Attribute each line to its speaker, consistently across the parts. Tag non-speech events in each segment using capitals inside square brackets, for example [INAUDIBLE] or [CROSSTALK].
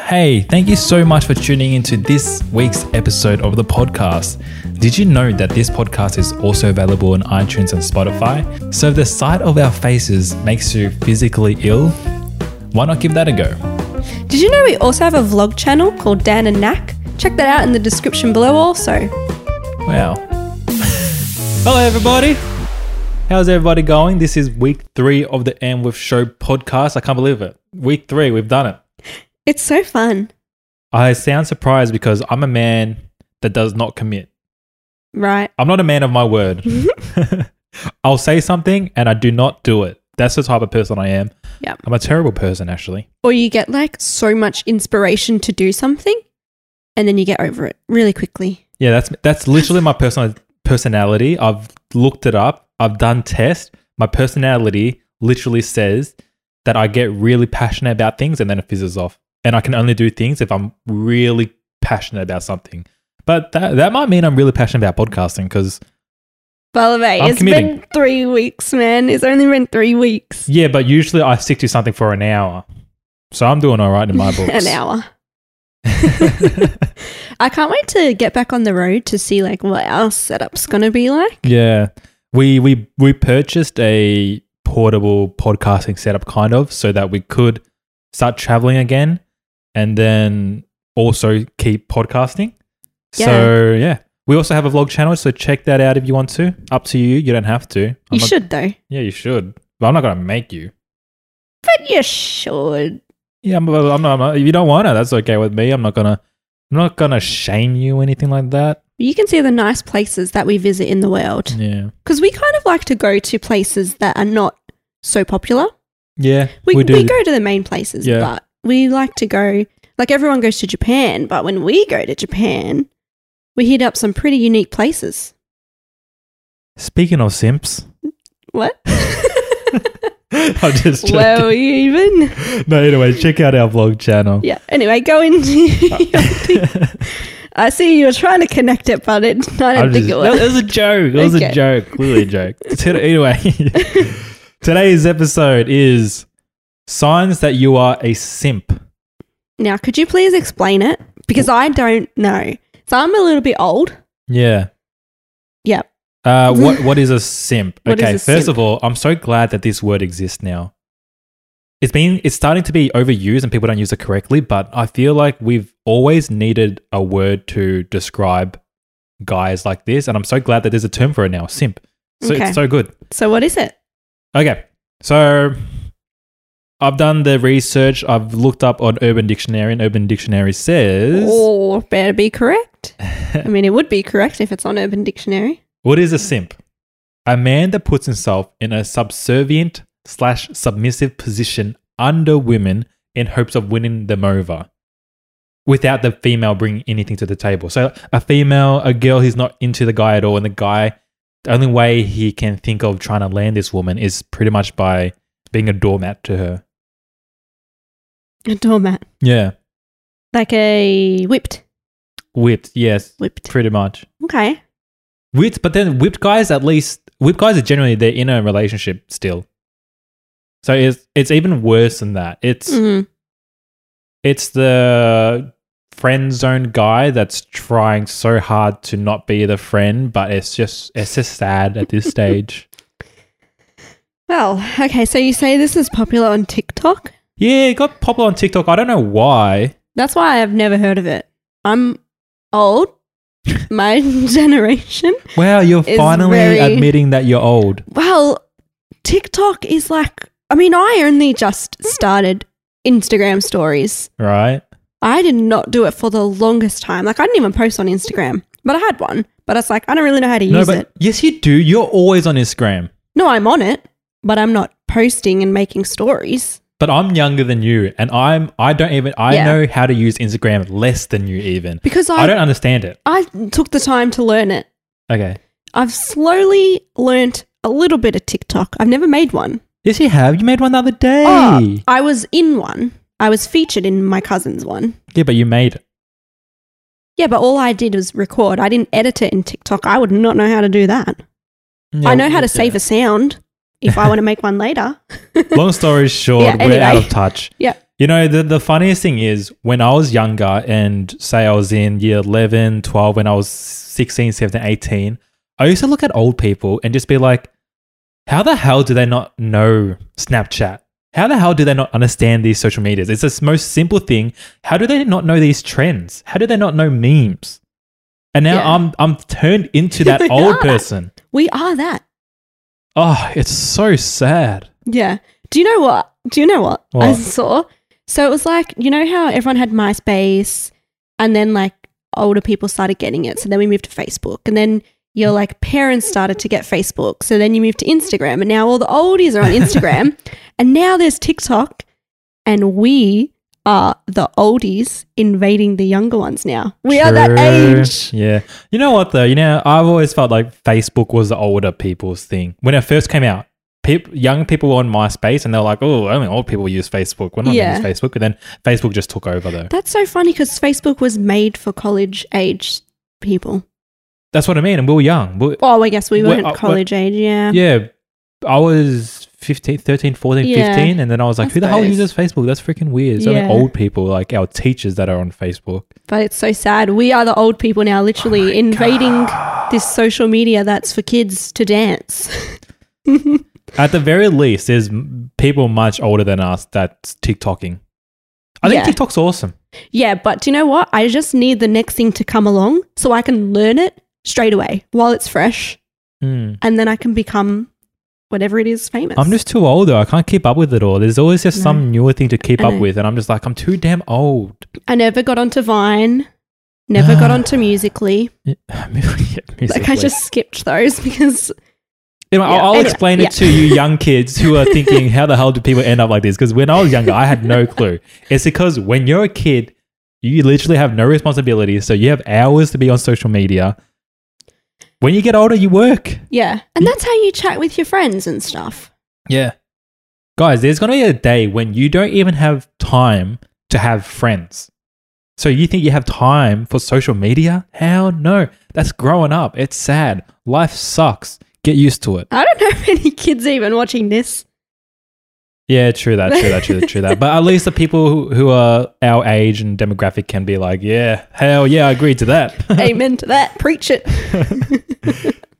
Speaker 1: Hey, thank you so much for tuning into this week's episode of the podcast. Did you know that this podcast is also available on iTunes and Spotify? So if the sight of our faces makes you physically ill, why not give that a go?
Speaker 2: Did you know we also have a vlog channel called Dan and Knack? Check that out in the description below also.
Speaker 1: Wow. [LAUGHS] Hello, everybody. How's everybody going? This is week three of the End with Show podcast. I can't believe it. Week three, we've done it.
Speaker 2: It's so fun,
Speaker 1: I sound surprised because I'm a man that does not commit.
Speaker 2: right?
Speaker 1: I'm not a man of my
Speaker 2: [LAUGHS]
Speaker 1: word. [LAUGHS] I'll say something and I do not do it. That's the type of person I am.
Speaker 2: Yep.
Speaker 1: I'm a terrible person, actually.
Speaker 2: Or you get like so much inspiration to do something and then you get over it really quickly.
Speaker 1: Yeah, that's that's literally my personal personality. I've looked it up. I've done tests. My personality literally says that I get really passionate about things and then it fizzes off. And I can only do things if I'm really passionate about something. But that that might mean I'm really passionate about podcasting because
Speaker 2: By the way,
Speaker 1: I'm
Speaker 2: it's
Speaker 1: committing.
Speaker 2: been three weeks, man. It's only been three weeks.
Speaker 1: yeah, but usually I stick to something for an hour. So I'm doing all right in
Speaker 2: [LAUGHS]
Speaker 1: my books.
Speaker 2: An hour. I can't wait to get back on the road to see like what our setup's gonna be like.
Speaker 1: [LAUGHS] Yeah. We we we purchased a portable podcasting setup kind of so that we could start traveling again and then also keep podcasting. So yeah. We also have a vlog channel, so check that out if you want to. Up to you. You don't have to. I'm
Speaker 2: You
Speaker 1: not-
Speaker 2: should though.
Speaker 1: Yeah, you should. But I'm not gonna make you.
Speaker 2: But you should.
Speaker 1: Yeah, I'm, I'm, not, I'm not. If you don't want to, that's okay with me. I'm not gonna. I'm not gonna shame you or anything like
Speaker 2: [LAUGHS]
Speaker 1: that.
Speaker 2: You can see the nice places that we visit in the world.
Speaker 1: Yeah.
Speaker 2: Because we kind of like to go to places that are not so popular.
Speaker 1: Yeah.
Speaker 2: We, we,
Speaker 1: do.
Speaker 2: go to the main places,
Speaker 1: Yeah.
Speaker 2: but we like to go, like everyone goes to Japan, but when we go to Japan, we hit up some pretty unique places.
Speaker 1: Speaking of simps, [LAUGHS]
Speaker 2: What? [LAUGHS]
Speaker 1: I'm just joking.
Speaker 2: Where were you even?
Speaker 1: no, anyway, check out our vlog channel.
Speaker 2: Yeah. Anyway,
Speaker 1: [LAUGHS]
Speaker 2: go into. [LAUGHS] I see you were trying to connect it, but it, I don't
Speaker 1: I'm
Speaker 2: think
Speaker 1: just-
Speaker 2: it
Speaker 1: No, [LAUGHS]
Speaker 2: was.
Speaker 1: it was a joke. It was a
Speaker 2: Okay.
Speaker 1: joke. Clearly a
Speaker 2: [LAUGHS]
Speaker 1: joke. T- anyway, today's episode is signs that you are a simp.
Speaker 2: Now, could you please explain it? Because I don't know. So I'm a little bit old.
Speaker 1: Yeah.
Speaker 2: Yep. [LAUGHS]
Speaker 1: Uh, what what is a simp?
Speaker 2: What is
Speaker 1: okay,
Speaker 2: a
Speaker 1: first
Speaker 2: simp?
Speaker 1: of all, I'm so glad that this word exists now. It's been it's starting to be overused and people don't use it correctly, but I feel like we've always needed a word to describe guys like this, and I'm so glad that there's a term for it now, simp. So
Speaker 2: Okay.
Speaker 1: it's so good.
Speaker 2: So what is it?
Speaker 1: Okay. So I've done the research. I've looked up on Urban Dictionary, and Urban Dictionary says
Speaker 2: Or better be correct. I mean, it would be correct if it's on Urban Dictionary.
Speaker 1: What is a simp? A man that puts himself in a subservient slash submissive position under women in hopes of winning them over without the female bringing anything to the table. So, a female, a girl who's not into the guy at all, and the guy, the only way he can think of trying to land this woman is pretty much by being a doormat to her.
Speaker 2: A doormat.
Speaker 1: Yeah.
Speaker 2: Like a whipped.
Speaker 1: Whipped, yes,
Speaker 2: Whipped.
Speaker 1: pretty much.
Speaker 2: Okay.
Speaker 1: Whipped, but then whipped guys at least whipped guys are generally they're in a relationship still. So it's it's even worse than that. It's
Speaker 2: Mm.
Speaker 1: it's the friend zone guy that's trying so hard to not be the friend, but it's just it's just sad at
Speaker 2: [LAUGHS]
Speaker 1: this stage.
Speaker 2: Well, okay. So you say this is popular on TikTok?
Speaker 1: Yeah, it got popular on TikTok. I don't know why.
Speaker 2: That's why I've never heard of it. I'm
Speaker 1: [LAUGHS]
Speaker 2: old. My generation.
Speaker 1: Wow, you're
Speaker 2: It's
Speaker 1: finally
Speaker 2: very-
Speaker 1: admitting that you're old.
Speaker 2: Well, TikTok is like, I mean, I only
Speaker 1: Hmm.
Speaker 2: just started Instagram stories.
Speaker 1: Right?
Speaker 2: I did not do it for the longest time. Like, I didn't even post on Instagram, but I had one. But it's like, I don't really know how to
Speaker 1: No,
Speaker 2: use
Speaker 1: but
Speaker 2: it.
Speaker 1: yes you do. You're always on Instagram.
Speaker 2: No, I'm on it, but I'm not posting and making stories.
Speaker 1: But I'm younger than you, and I'm I don't even I
Speaker 2: Yeah.
Speaker 1: know how to use Instagram less than you even.
Speaker 2: Because
Speaker 1: I
Speaker 2: I,
Speaker 1: don't understand it.
Speaker 2: I, took the time to learn it.
Speaker 1: Okay.
Speaker 2: I've slowly learnt a little bit of TikTok. I've never made one.
Speaker 1: Yes, you have. You made one the other day.
Speaker 2: Oh, I was in one. I was featured in my cousin's one.
Speaker 1: Yeah, but you made it.
Speaker 2: Yeah, but all I did was record. I didn't edit it in TikTok. I would not know how to do that. I know how to save a sound if I want to make one later. [LAUGHS]
Speaker 1: Long story short,
Speaker 2: Yeah,
Speaker 1: we're out
Speaker 2: anyway.
Speaker 1: of touch.
Speaker 2: Yeah.
Speaker 1: You know, the, the funniest thing is when I was younger and say I was in year 11, 12, when I was 16, 17, 18, I used to look at old people and just be like, how the hell do they not know Snapchat? How the hell do they not understand these social medias? It's the most simple thing. How do they not know these trends? How do they not know memes? And now
Speaker 2: Yeah.
Speaker 1: I'm I'm turned into
Speaker 2: [LAUGHS]
Speaker 1: that
Speaker 2: We
Speaker 1: old
Speaker 2: are.
Speaker 1: person.
Speaker 2: We are that.
Speaker 1: Oh, it's so sad.
Speaker 2: Yeah. Do you know what? Do you know what, I
Speaker 1: What?
Speaker 2: saw? So it was like, you know how everyone had MySpace and then like older people started getting it. So then we moved to Facebook and then your like parents started to get Facebook. So then you moved to Instagram and now all the oldies are
Speaker 1: [LAUGHS]
Speaker 2: on Instagram and now there's TikTok and we are the oldies invading the younger ones now. We are that
Speaker 1: True.
Speaker 2: age.
Speaker 1: Yeah. You know what though? You know, I've always felt like Facebook was the older people's thing. When it first came out, peop young people were on MySpace and they're like, oh, only old people use Facebook. We're not
Speaker 2: Yeah.
Speaker 1: going to use Facebook. And then Facebook just took over though.
Speaker 2: That's so funny because Facebook was made for college age people.
Speaker 1: That's what I mean. And we were young. We-
Speaker 2: Oh, I guess we
Speaker 1: Well,
Speaker 2: weren't
Speaker 1: uh, well-
Speaker 2: college age, yeah.
Speaker 1: yeah. I was 15, 13, 14,
Speaker 2: Yeah.
Speaker 1: 15. And then I was like,
Speaker 2: I
Speaker 1: who the hell
Speaker 2: suppose.
Speaker 1: uses Facebook? That's freaking weird. It's
Speaker 2: Yeah.
Speaker 1: only old people, like our teachers that are on Facebook.
Speaker 2: But it's so sad. We are the old people now,
Speaker 1: Oh
Speaker 2: literally invading this social media that's for kids to dance. [LAUGHS]
Speaker 1: At the very least, there's m- people much older than us that's TikToking. I think
Speaker 2: Yeah.
Speaker 1: TikTok's awesome.
Speaker 2: yeah, but do you know what? I just need the next thing to come along so I can learn it straight away while it's fresh
Speaker 1: Mm.
Speaker 2: and then I can become whatever it is famous.
Speaker 1: I'm just too old though. I can't keep up with it all. There's always just
Speaker 2: No.
Speaker 1: some newer thing to keep
Speaker 2: I
Speaker 1: up
Speaker 2: know.
Speaker 1: with, and I'm just like, I'm too damn old. [LAUGHS]
Speaker 2: I never got onto Vine, never
Speaker 1: [SIGHS]
Speaker 2: got onto Musically.
Speaker 1: Yeah, musically.
Speaker 2: Like I just skipped those [LAUGHS] because
Speaker 1: Anyway, I'll,
Speaker 2: yeah,
Speaker 1: I'll
Speaker 2: anyway,
Speaker 1: explain
Speaker 2: yeah.
Speaker 1: it to
Speaker 2: [LAUGHS]
Speaker 1: you young kids who are thinking, how the hell do people end up like this? Because when I was younger, I had no clue. It's because when you're a kid, you literally have no responsibilities, so you have hours to be on social media. When you get older, you work.
Speaker 2: yeah. And that's how you chat with your friends and stuff.
Speaker 1: Yeah. Guys, there's going to be a day when you don't even have time to have friends. So you think you have time for social media? Hell no. That's growing up. It's sad. Life sucks. Get used to
Speaker 2: [LAUGHS]
Speaker 1: it.
Speaker 2: I don't know if any kids even
Speaker 1: [LAUGHS]
Speaker 2: watching this.
Speaker 1: Yeah, true that, true that, true that, true that. But at least the people who, who are our age and demographic can be like, yeah, hell yeah, I agree to that.
Speaker 2: Amen to that. Preach
Speaker 1: [LAUGHS]
Speaker 2: it.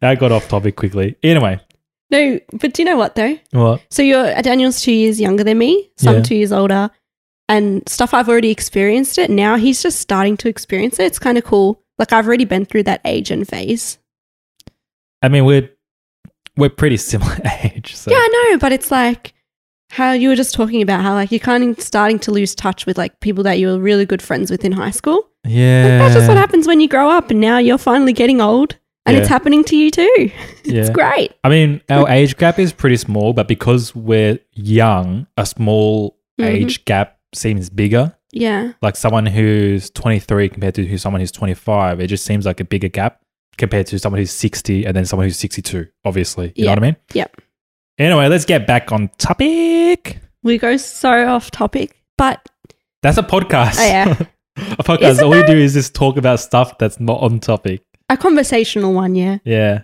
Speaker 1: that got off topic quickly. Anyway,
Speaker 2: No, but do you know what though?
Speaker 1: what?
Speaker 2: So you're uh, Daniel's two years younger than me, so
Speaker 1: Yeah.
Speaker 2: I'm two years older, and stuff I've already experienced it. Now he's just starting to experience it. It's kind of cool. Like I've already been through that age and phase.
Speaker 1: I mean, we're we're pretty similar [LAUGHS] age. So.
Speaker 2: Yeah, I know, but it's like how you were just talking about how like you're kind of starting to lose touch with like people that you were really good friends with in high school.
Speaker 1: yeah.
Speaker 2: That's just what happens when you grow up, and now you're finally getting old, and it's
Speaker 1: Yeah.
Speaker 2: happening to you too.
Speaker 1: Yeah.
Speaker 2: It's great.
Speaker 1: I mean, our age gap is pretty small, but because we're young, a small
Speaker 2: Mhm.
Speaker 1: age gap seems bigger.
Speaker 2: Yeah,
Speaker 1: Like someone who's 23 compared to who someone who's 25, it just seems like a bigger gap compared to someone who's 60 and then someone who's 62, obviously. You know
Speaker 2: Yeah.
Speaker 1: what I mean?
Speaker 2: Yep.
Speaker 1: Anyway, let's get back on topic.
Speaker 2: we go so off topic, but
Speaker 1: That's a podcast.
Speaker 2: Oh, yeah.
Speaker 1: [LAUGHS] a podcast.
Speaker 2: Isn't
Speaker 1: all we do is just talk about stuff that's not on topic.
Speaker 2: a conversational one, yeah.
Speaker 1: Yeah.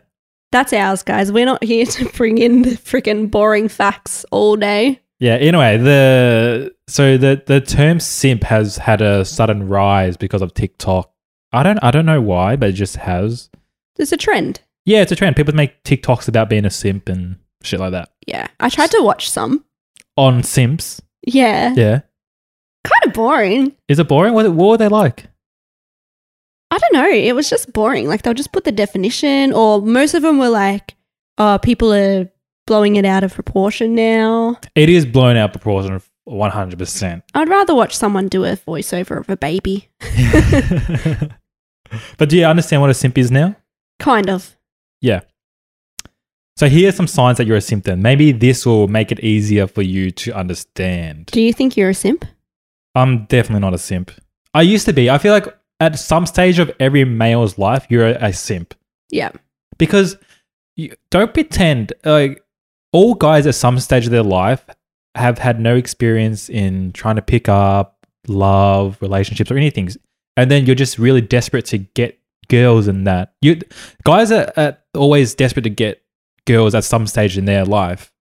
Speaker 2: That's ours, guys. We're not here [LAUGHS] to bring in the freaking boring facts all day.
Speaker 1: Yeah. Anyway, the so the the term simp has had a sudden rise because of TikTok. I don't I don't know why, but it just has.
Speaker 2: There's a trend.
Speaker 1: Yeah, it's a trend. People make TikToks about being a simp and shit like that
Speaker 2: Yeah. I tried to watch some.
Speaker 1: on simps.
Speaker 2: Yeah.
Speaker 1: Yeah.
Speaker 2: Kind of boring.
Speaker 1: Is it boring? What, what were they like?
Speaker 2: I don't know. It was just boring. Like they'll just put the definition, or most of them were like, oh, people are blowing it out of proportion now.
Speaker 1: It is blown out proportion of one hundred
Speaker 2: [LAUGHS]
Speaker 1: percent.
Speaker 2: I'd rather watch someone do a voiceover of a baby.
Speaker 1: But do you understand what a simp is now?
Speaker 2: Kind of.
Speaker 1: So here's some signs that you're a simp. Then maybe this will make it easier for you to understand.
Speaker 2: Do you think you're a simp?
Speaker 1: I'm definitely not a simp. I used to be. I feel like at some stage of every male's life, you're a, a simp
Speaker 2: Yeah.
Speaker 1: because you, don't pretend like all guys at some stage of their life have had no experience in trying to pick up love, relationships, or anything, and then you're just really desperate to get girls and that. You guys are, are always desperate to get girls at some stage in their life,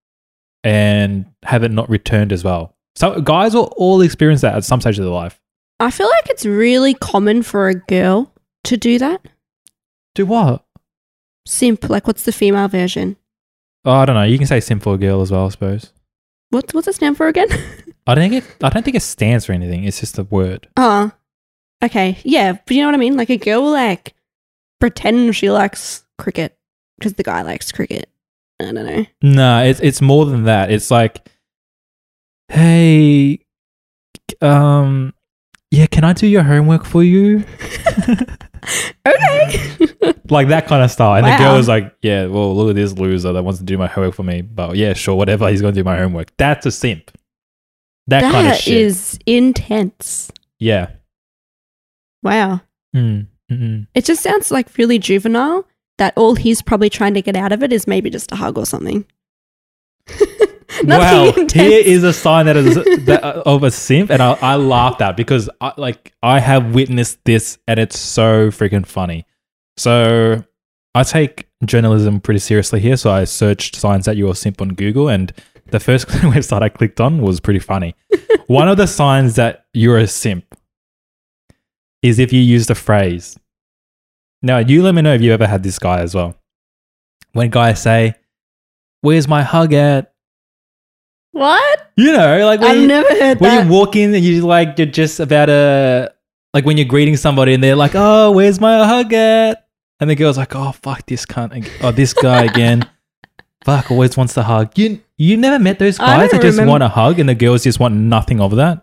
Speaker 1: and have it not returned as well. So guys will all experience that at some stage of their life.
Speaker 2: I feel like it's really common for a girl to do that.
Speaker 1: Do what?
Speaker 2: Simp, like what's the female version?
Speaker 1: Oh, I don't know. You can say simp for a girl as well, I suppose.
Speaker 2: What, what's it stand for again? [LAUGHS]
Speaker 1: I don't think it. I don't think it stands for anything. It's just a word.
Speaker 2: oh, okay. Yeah, but you know what I mean? Like a girl will like pretend she likes cricket because the guy likes cricket. I don't know.
Speaker 1: No, it's it's more than that. It's like, hey, um, yeah, can I do your homework for you?
Speaker 2: [LAUGHS] Okay.
Speaker 1: like that kind of style. And the
Speaker 2: Wow.
Speaker 1: girl is like, yeah, well, look at this loser that wants to do my homework for me. But yeah, sure, whatever. He's going to do my homework. That's a simp. That, kind of
Speaker 2: that
Speaker 1: shit.
Speaker 2: is intense.
Speaker 1: yeah.
Speaker 2: Wow.
Speaker 1: Mm, mm-mm.
Speaker 2: It just sounds like really juvenile that all he's probably trying to get out of it is maybe just a hug or something. [LAUGHS] Nothing
Speaker 1: Wow,
Speaker 2: intense.
Speaker 1: here is a sign that is that, uh, of a simp, and I, I laughed at because I, like I have witnessed this, and it's so freaking funny. So I take journalism pretty seriously here, so I searched signs that you are simp on Google, and the first [LAUGHS] website I clicked on was pretty funny.
Speaker 2: [LAUGHS]
Speaker 1: One of the signs that you're a simp is if you use the phrase. Now, you let me know if you ever had this guy as well. When guys say, Where's my hug at?
Speaker 2: what?
Speaker 1: You know, like when,
Speaker 2: I've
Speaker 1: you,
Speaker 2: never heard
Speaker 1: when
Speaker 2: that.
Speaker 1: you walk in and you like you're just about to like when you're greeting somebody and they're like, "Oh, where's my hug at?" And the girl's like, "Oh, fuck this cunt, ag- oh this guy again, fuck always wants the hug." You you never met those
Speaker 2: I
Speaker 1: guys that
Speaker 2: don't
Speaker 1: just
Speaker 2: remem-
Speaker 1: want a hug and the girls just want nothing of that.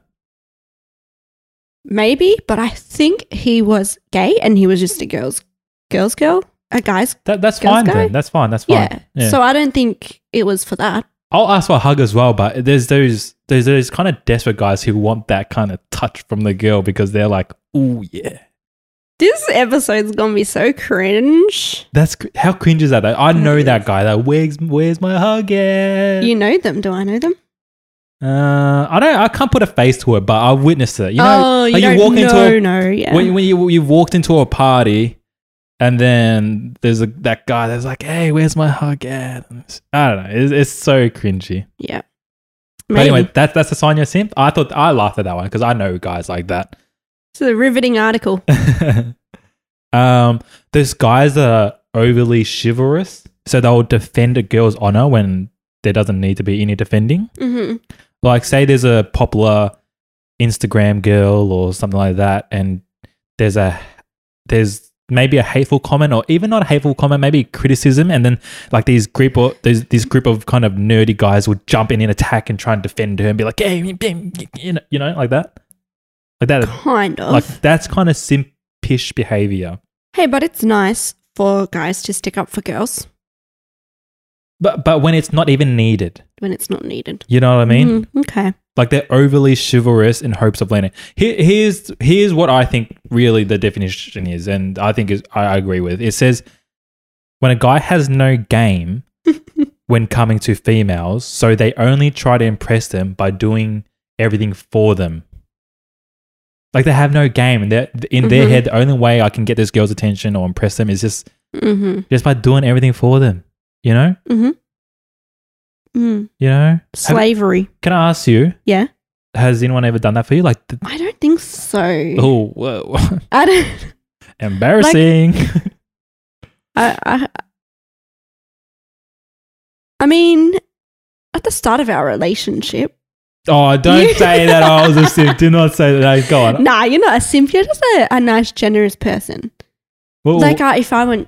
Speaker 2: Maybe, but I think he was gay and he was just a girl's girl's girl, a guy's.
Speaker 1: that that's
Speaker 2: Girls
Speaker 1: fine
Speaker 2: guy?
Speaker 1: then. That's fine. That's fine.
Speaker 2: Yeah. So I don't think it was for that.
Speaker 1: I'll ask for a hug as well, but there's those there's those kind of desperate guys who want that kind of touch from the girl because they're like, "Oh yeah."
Speaker 2: This episode's gonna be so cringe.
Speaker 1: That's cr- how cringe is that though. I
Speaker 2: That
Speaker 1: know
Speaker 2: is.
Speaker 1: that guy. That where's where's my hug at?
Speaker 2: You know them? Do I know them?
Speaker 1: uh, I don't. I can't put a face to it, but I witnessed it. You know,
Speaker 2: oh, you,
Speaker 1: like
Speaker 2: don't
Speaker 1: walk into
Speaker 2: know,
Speaker 1: a,
Speaker 2: no, yeah.
Speaker 1: when, when you you've walked into a party, and then there's a, that guy that's like, "Hey, where's my hug at?" And it's- I don't know. It's, it's so cringy.
Speaker 2: yeah.
Speaker 1: But anyway, that's that's a sign you're a simp. I thought I laughed at that one because I know guys like that. [LAUGHS]
Speaker 2: it's a riveting article.
Speaker 1: um, those guys that are overly chivalrous, so they'll defend a girl's honor when there doesn't need to be any defending.
Speaker 2: hmm
Speaker 1: Like, say there's a popular Instagram girl or something like that, and there's a there's maybe a hateful comment or even not a hateful comment, maybe criticism, and then like these group or these this group of kind of nerdy guys will jump in and attack and try and defend her and be like, hey, you know, you know, like that, like that
Speaker 2: Kind of.
Speaker 1: Uh, like that's kind of simpish behavior.
Speaker 2: Hey, but it's nice for guys to stick up for girls
Speaker 1: But but when it's not even needed,
Speaker 2: when it's not needed.
Speaker 1: you know what I mean?
Speaker 2: Mm, okay.
Speaker 1: Like they're overly chivalrous in hopes of landing. Here, here's here's what I think really the definition is, and I think is I agree with. It says when a guy has no game when coming to females, so they only try to impress them by doing everything for them. Like they have no game, and they're- in their
Speaker 2: Mhm.
Speaker 1: head, the only way I can get this girl's attention or impress them is just
Speaker 2: Mm-hmm.
Speaker 1: just by doing everything for them. You know,
Speaker 2: Mm.
Speaker 1: you know. Have-
Speaker 2: Slavery.
Speaker 1: can I ask you?
Speaker 2: Yeah.
Speaker 1: Has anyone ever done that for you? Like, th-
Speaker 2: I don't think so.
Speaker 1: oh, whoa,
Speaker 2: [LAUGHS] I don't.
Speaker 1: embarrassing.
Speaker 2: I, I. I mean, at the start of our relationship.
Speaker 1: [LAUGHS] oh, don't
Speaker 2: You-
Speaker 1: say that. I was a simp. Do not say that. Go on.
Speaker 2: Nah, you're not a simp. You're just a, a nice, generous person.
Speaker 1: Well,
Speaker 2: Like, I, if I went,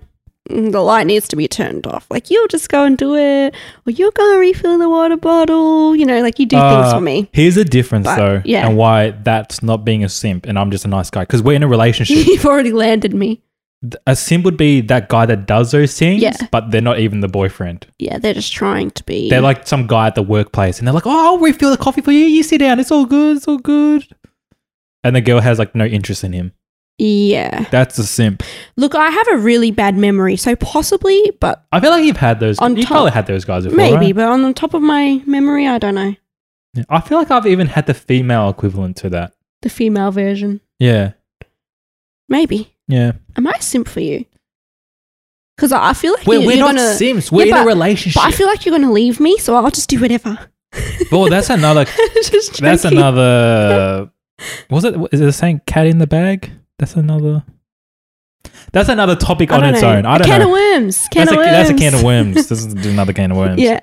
Speaker 2: "Mm, the light needs to be turned off. Like, you'll just go and do it, or you'll go refill the water bottle. You know, like you do things
Speaker 1: Uh,
Speaker 2: for me.
Speaker 1: here's the difference,
Speaker 2: But,
Speaker 1: though,
Speaker 2: yeah.
Speaker 1: and why that's not being a simp, and I'm just a nice guy because we're in a relationship.
Speaker 2: [LAUGHS] You've already landed me.
Speaker 1: Th- a simp would be that guy that does those things,
Speaker 2: Yeah.
Speaker 1: but they're not even the boyfriend.
Speaker 2: Yeah, they're just trying to be.
Speaker 1: They're like some guy at the workplace, and they're like, "Oh, I'll refill the coffee for you. You sit down. It's all good. It's all good." And the girl has like no interest in him.
Speaker 2: yeah.
Speaker 1: That's a simp.
Speaker 2: Look, I have a really bad memory, so possibly, but
Speaker 1: I feel like you've had those.
Speaker 2: On
Speaker 1: you
Speaker 2: top-
Speaker 1: probably had those guys before.
Speaker 2: maybe.
Speaker 1: right?
Speaker 2: But on the top of my memory, I don't know
Speaker 1: Yeah. I feel like I've even had the female equivalent to that.
Speaker 2: the female version.
Speaker 1: Yeah,
Speaker 2: Maybe.
Speaker 1: yeah.
Speaker 2: Am I a simp for you? Because I I feel like
Speaker 1: We're,
Speaker 2: you-
Speaker 1: we're
Speaker 2: you're
Speaker 1: not
Speaker 2: gonna.
Speaker 1: sims. We're in
Speaker 2: but-
Speaker 1: a relationship.
Speaker 2: But I feel like you're gonna leave me, so I'll just do whatever.
Speaker 1: Oh, that's
Speaker 2: [LAUGHS]
Speaker 1: another.
Speaker 2: Just
Speaker 1: That's
Speaker 2: joking. [LAUGHS]
Speaker 1: another. Was it? Is it saying cat in the bag? That's another. That's another topic
Speaker 2: I
Speaker 1: on
Speaker 2: don't
Speaker 1: its
Speaker 2: know.
Speaker 1: own. I
Speaker 2: a
Speaker 1: don't
Speaker 2: can
Speaker 1: know.
Speaker 2: of worms. Can
Speaker 1: that's,
Speaker 2: of
Speaker 1: a,
Speaker 2: worms.
Speaker 1: that's a can of worms. This is another can of worms.
Speaker 2: [LAUGHS] Yeah,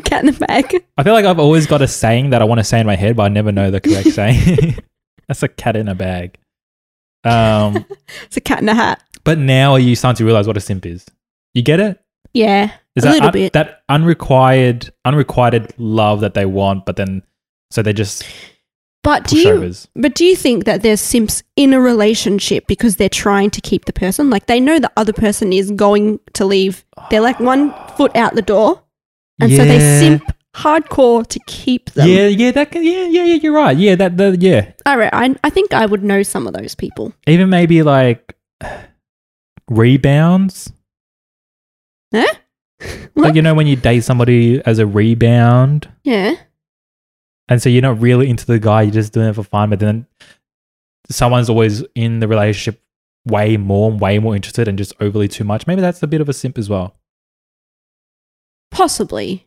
Speaker 2: cat in the bag.
Speaker 1: I feel like I've always got a saying that I want to say in my head, but I never know the correct saying. [LAUGHS] That's a cat in a bag. Um,
Speaker 2: It's a cat in a hat.
Speaker 1: but now you starting to realize what a simp is. You get it?
Speaker 2: Yeah,
Speaker 1: Is
Speaker 2: a
Speaker 1: that
Speaker 2: little
Speaker 1: un-
Speaker 2: bit.
Speaker 1: that unrequired unrequited love that they want, but then so they just
Speaker 2: But do you?
Speaker 1: pushovers.
Speaker 2: But do you think that there's simps in a relationship because they're trying to keep the person? Like they know the other person is going to leave. They're like one foot out the door. And so they
Speaker 1: Yeah.
Speaker 2: simp hardcore to keep them.
Speaker 1: Yeah, yeah, that can, yeah, yeah, yeah, you're right. Yeah, that the yeah.
Speaker 2: All right. I, I think I would know some of those people.
Speaker 1: Even maybe like [SIGHS] rebounds.
Speaker 2: Huh?
Speaker 1: Like you know when you date somebody as a rebound.
Speaker 2: Yeah.
Speaker 1: And so you're not really into the guy, you're just doing it for fun. But then someone's always in the relationship way more, way more interested and just overly too much. Maybe that's a bit of a simp as well.
Speaker 2: Possibly.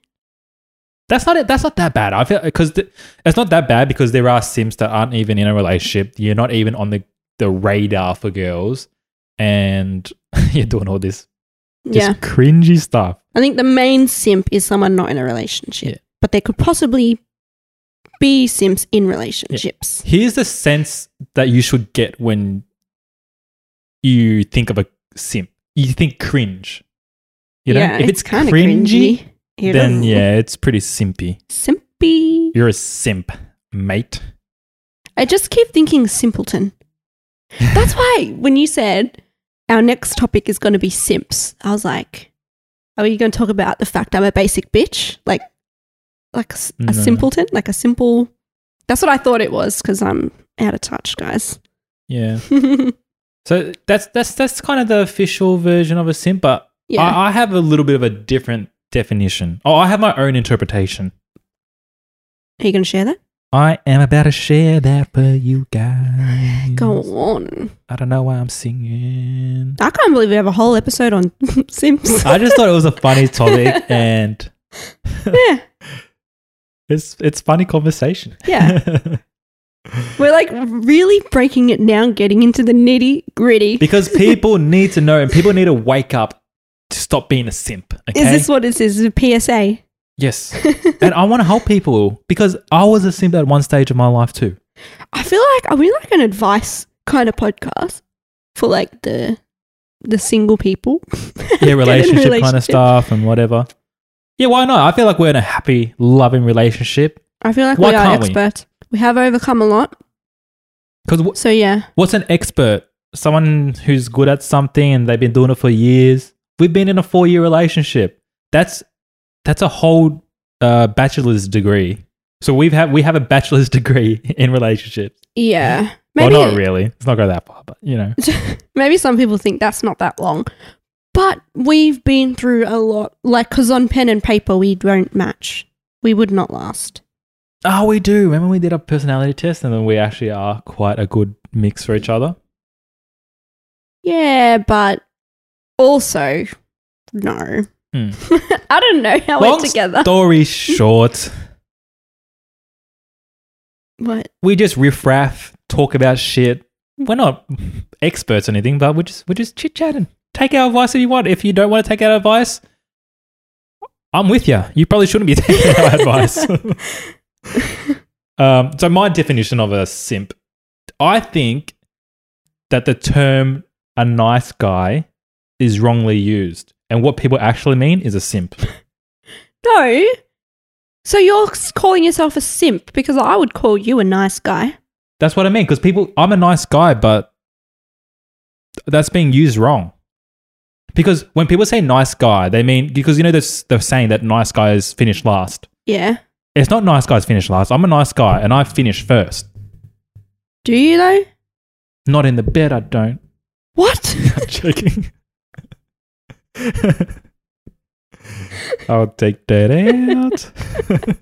Speaker 1: That's not it. That's not that bad. I feel because th- it's not that bad because there are simps that aren't even in a relationship. You're not even on the, the radar for girls, and [LAUGHS] you're doing all this just
Speaker 2: yeah.
Speaker 1: cringy stuff.
Speaker 2: I think the main simp is someone not in a relationship,
Speaker 1: Yeah.
Speaker 2: but they could possibly be simps in relationships.
Speaker 1: Here's the sense that you should get when you think of a simp. You think cringe. You know, if it's,
Speaker 2: kinda
Speaker 1: cringy,
Speaker 2: It
Speaker 1: then
Speaker 2: is.
Speaker 1: yeah, it's pretty simpy.
Speaker 2: Simpy.
Speaker 1: You're a simp, mate.
Speaker 2: I just keep
Speaker 1: [LAUGHS]
Speaker 2: thinking simpleton. That's why when you said our next topic is going to be simps, I was like, are you going to talk about the fact I'm a basic bitch? Like, like a, s- a
Speaker 1: No.
Speaker 2: simpleton? Like a simple. That's what I thought it was because I'm out of touch, guys. [LAUGHS]
Speaker 1: Yeah.
Speaker 2: yeah.
Speaker 1: So that's that's that's kind of the official version of a simp, but I, I have a little bit of a different definition. Oh, I have my own interpretation.
Speaker 2: Are you going to share that?
Speaker 1: I am about to share that for you guys.
Speaker 2: Go on.
Speaker 1: I don't know why I'm singing.
Speaker 2: I can't believe we have a whole episode on [LAUGHS] simps.
Speaker 1: I just thought it was a funny topic and
Speaker 2: [LAUGHS] yeah.
Speaker 1: it's it's funny conversation.
Speaker 2: Yeah. We're like really breaking it down, getting into the nitty
Speaker 1: [LAUGHS]
Speaker 2: gritty.
Speaker 1: because people need to know and people need to wake up to stop being a simp. Okay.
Speaker 2: Is this what this is? A PSA?
Speaker 1: yes.
Speaker 2: [LAUGHS]
Speaker 1: and I want to help people because I was a simp at one stage of my life too.
Speaker 2: I feel like are we like an advice kind of podcast for like the the single people?
Speaker 1: Yeah, relationship, kind
Speaker 2: relationship.
Speaker 1: of stuff and whatever. Yeah, why not? I feel like we're in a happy, loving relationship.
Speaker 2: I feel like
Speaker 1: Why
Speaker 2: we are
Speaker 1: can't we?
Speaker 2: experts. We? have overcome a lot.
Speaker 1: Because
Speaker 2: So yeah.
Speaker 1: what's an expert? Someone who's good at something and they've been doing it for years. We've been in a four-year relationship. That's that's a whole uh, bachelor's degree. So we've had we have a bachelor's [LAUGHS] degree in relationships.
Speaker 2: Yeah.
Speaker 1: Well,
Speaker 2: Maybe
Speaker 1: not really. It's not going that far, but you know,
Speaker 2: maybe some people think that's not that long. But we've been through a lot like cuz on pen and paper we don't match. We would not last.
Speaker 1: oh, we do. Remember we did a personality test, and then we actually are quite a good mix for each other.
Speaker 2: Yeah, but also no.
Speaker 1: Hmm.
Speaker 2: [LAUGHS] I don't know how
Speaker 1: Long
Speaker 2: we're together.
Speaker 1: Story short,
Speaker 2: what?
Speaker 1: we just riffraff, talk about shit. We're not experts or anything, but we're just we're just chit chatting. Take our advice if you want. If you don't want to take our advice, I'm with you. You probably shouldn't be [LAUGHS] taking our advice. um, so my definition of a simp, I think that the term "a nice guy" is wrongly used, and what people actually mean is a simp.
Speaker 2: No. So you're s- calling yourself a simp because I would call you a nice guy.
Speaker 1: That's what I mean. Because people, I'm a nice guy, but that's being used wrong. Because when people say nice guy, they mean because you know this, they're saying that nice guys finish last.
Speaker 2: Yeah.
Speaker 1: It's not nice guys finish last. I'm a nice guy and I finish first.
Speaker 2: Do you though?
Speaker 1: Not in the bed. I don't.
Speaker 2: What? [LAUGHS]
Speaker 1: [LAUGHS] I'm joking. I'll take that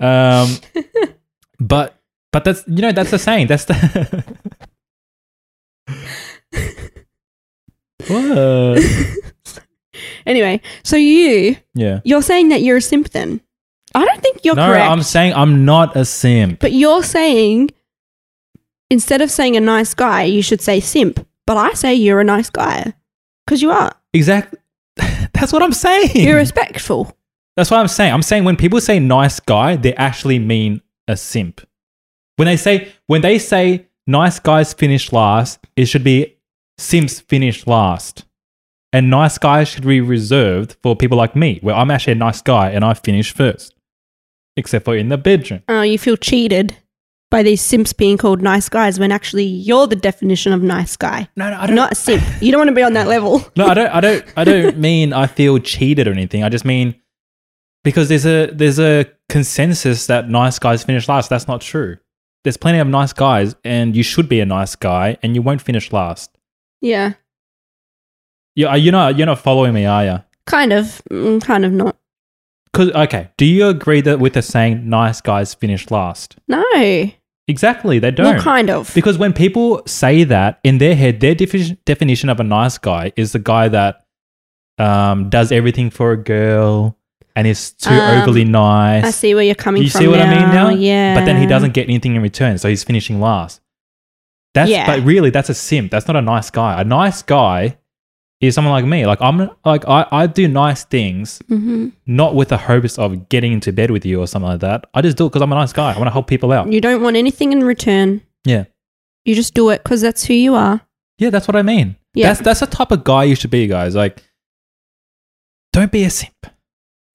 Speaker 1: out. [LAUGHS] um, but but that's you know that's the saying. That's the. [LAUGHS] what?
Speaker 2: anyway, so you
Speaker 1: Yeah.
Speaker 2: you're saying that you're a simp then? I don't think you're
Speaker 1: no,
Speaker 2: correct.
Speaker 1: I'm saying I'm not a simp.
Speaker 2: but you're saying instead of saying a nice guy, you should say simp. But I say you're a nice guy because
Speaker 1: [LAUGHS]
Speaker 2: you are.
Speaker 1: Exactly. That's what I'm saying.
Speaker 2: You're respectful.
Speaker 1: That's what I'm saying. I'm saying when people say nice guy, they actually mean a simp. When they say when they say nice guys finish last, it should be simps finish last. And nice guys should be reserved for people like me, where I'm actually a nice guy and I finish first. Except for in the bedroom.
Speaker 2: Oh, you feel cheated by these simps being called nice guys when actually you're the definition of nice guy,
Speaker 1: No, no, I don't
Speaker 2: not
Speaker 1: [LAUGHS]
Speaker 2: a simp. You don't want to be on that level.
Speaker 1: No, I don't I don't I don't mean I feel cheated or anything. I just mean because there's a there's a consensus that nice guys finish last. That's not true. There's plenty of nice guys and you should be a nice guy and you won't finish last.
Speaker 2: Yeah,
Speaker 1: You are you not you're not following me, are you?
Speaker 2: kind of, mm, kind of not.
Speaker 1: Cause okay, do you agree that with the saying nice guys finish last?
Speaker 2: No,
Speaker 1: Exactly, they
Speaker 2: well,
Speaker 1: don't.
Speaker 2: kind of.
Speaker 1: Because when people say that in their head, their defi- definition of a nice guy is the guy that um, does everything for a girl and is too
Speaker 2: Um,
Speaker 1: overly nice.
Speaker 2: I see where you're coming
Speaker 1: you
Speaker 2: from.
Speaker 1: see what I mean now?
Speaker 2: Yeah,
Speaker 1: But then he doesn't get anything in return, so he's finishing last. That's
Speaker 2: Yeah.
Speaker 1: but really that's a simp. That's not a nice guy. A nice guy is someone like me. Like I'm like I, I do nice things
Speaker 2: Mhm.
Speaker 1: not with the hopes of getting into bed with you or something like that. I just do it because I'm a nice guy. I want to help people out.
Speaker 2: You don't want anything in return.
Speaker 1: Oh. Yeah.
Speaker 2: You just do it because that's who you are.
Speaker 1: Yeah, that's what I mean.
Speaker 2: Yeah.
Speaker 1: That's that's the type of guy you should be, guys. Like don't be a simp.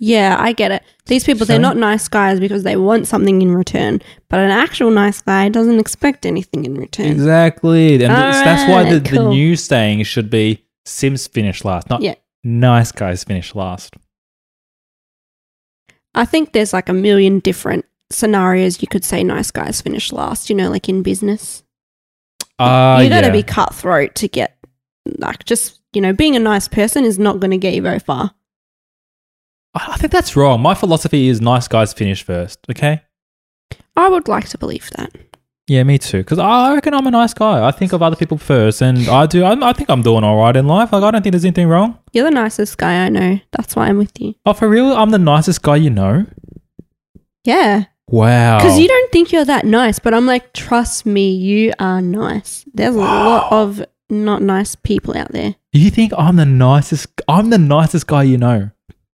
Speaker 2: Yeah, I get it. These people, they're
Speaker 1: So-
Speaker 2: not nice guys because they want something in return. But an actual nice guy doesn't expect anything in return.
Speaker 1: Exactly. And that's, that's why the,
Speaker 2: Alright,
Speaker 1: the
Speaker 2: cool.
Speaker 1: new saying should be Sims finish last, not
Speaker 2: Yeah.
Speaker 1: nice guys finish last.
Speaker 2: I think there's like a million different scenarios you could say nice guys finish last, you know, like in business.
Speaker 1: Uh,
Speaker 2: you got to
Speaker 1: yeah.
Speaker 2: be cutthroat to get, like, just, you know, being a nice person is not going to get you very far.
Speaker 1: I I think that's wrong. My philosophy is nice guys finish first, okay?
Speaker 2: I would like to believe that.
Speaker 1: Yeah, me too. Because I I reckon I'm a nice guy. I think of other people first, and I do. I'm, I think I'm doing all right in life. Like, I don't think there's anything wrong.
Speaker 2: You're the nicest guy I know. That's why I'm with you.
Speaker 1: Oh, for real, I'm the nicest guy you know.
Speaker 2: Yeah.
Speaker 1: Wow.
Speaker 2: Because you don't think you're that nice, but I'm like, trust me, you are nice. There's
Speaker 1: [GASPS]
Speaker 2: a lot of not nice people out there.
Speaker 1: you think I'm the nicest? I'm the nicest guy you know.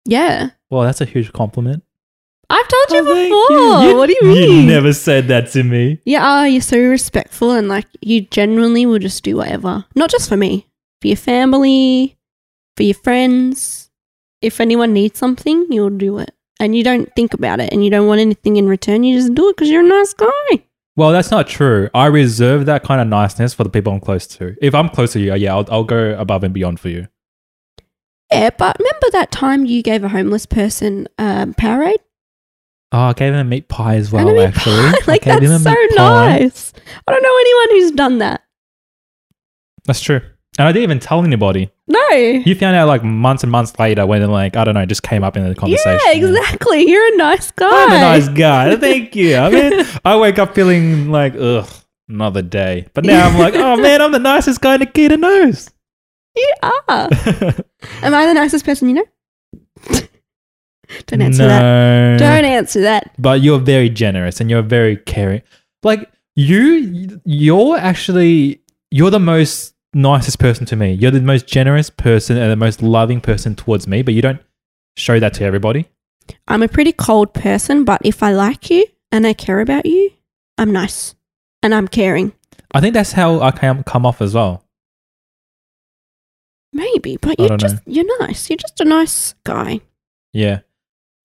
Speaker 2: Yeah.
Speaker 1: Well, that's a huge compliment.
Speaker 2: I've told you
Speaker 1: Oh, thank
Speaker 2: before. what do you
Speaker 1: You
Speaker 2: mean?
Speaker 1: never said that to me.
Speaker 2: Yeah, oh, you're so respectful and like you genuinely will just do whatever. Not just for me, for your family, for your friends. If anyone needs something, you'll do it. And you don't think about it and you don't want anything in return. You just do it because you're a nice guy.
Speaker 1: Well, that's not true. I reserve that kind of niceness for the people I'm close to. If I'm close to you, yeah, I'll, I'll go above and beyond for you.
Speaker 2: Yeah, but remember that time you gave a homeless person um, Powerade?
Speaker 1: Oh, I gave him a meat pie [LAUGHS] as well,
Speaker 2: And a meat
Speaker 1: actually.
Speaker 2: [LAUGHS] pie.
Speaker 1: I
Speaker 2: like,
Speaker 1: gave him a
Speaker 2: that's so
Speaker 1: meat pie.
Speaker 2: nice. I don't know anyone who's done that.
Speaker 1: That's true. And I didn't even tell anybody.
Speaker 2: No.
Speaker 1: You found out like months and months later when, like, I don't know, it just came up in the conversation.
Speaker 2: Yeah, exactly. You're a nice guy.
Speaker 1: I'm a nice guy. Thank you. I mean, I wake up feeling like, ugh, another day. But now I'm [LAUGHS] like, oh man, I'm the nicest guy Nikita knows. [LAUGHS]
Speaker 2: You are. Am I the nicest person you know? Don't answer
Speaker 1: no.
Speaker 2: that. Don't answer that.
Speaker 1: But you're very generous and you're very caring. Like, you, you're actually, you're the most nicest person to me. You're the most generous person and the most loving person towards me, but you don't show that to everybody.
Speaker 2: I'm a pretty cold person, but if I like you and I care about you, I'm nice and I'm caring.
Speaker 1: I think that's how I came, come off as well.
Speaker 2: Maybe, but
Speaker 1: I
Speaker 2: you're
Speaker 1: don't
Speaker 2: just you're nice. You're just a nice guy.
Speaker 1: Yeah.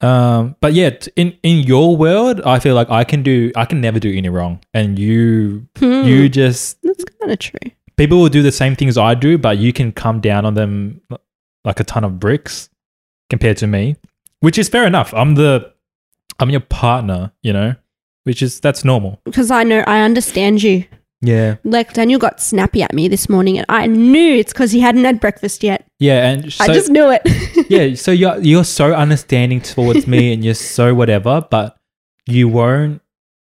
Speaker 1: Um, but yeah, t- in in your world, I feel like I can do I can never do any wrong, and you
Speaker 2: Hmm,
Speaker 1: you just
Speaker 2: that's kind of true.
Speaker 1: people will do the same things I do, but you can come down on them l- like a ton of bricks compared to me, which is fair enough. I'm the I'm your partner, you know, which is that's normal.
Speaker 2: Because I know I understand you.
Speaker 1: Yeah,
Speaker 2: Like Daniel got snappy at me this morning, and I knew it's because he hadn't had breakfast yet.
Speaker 1: yeah, and so
Speaker 2: I just knew it. [LAUGHS]
Speaker 1: yeah, so you're you're so understanding towards me, and you're so whatever, but you won't,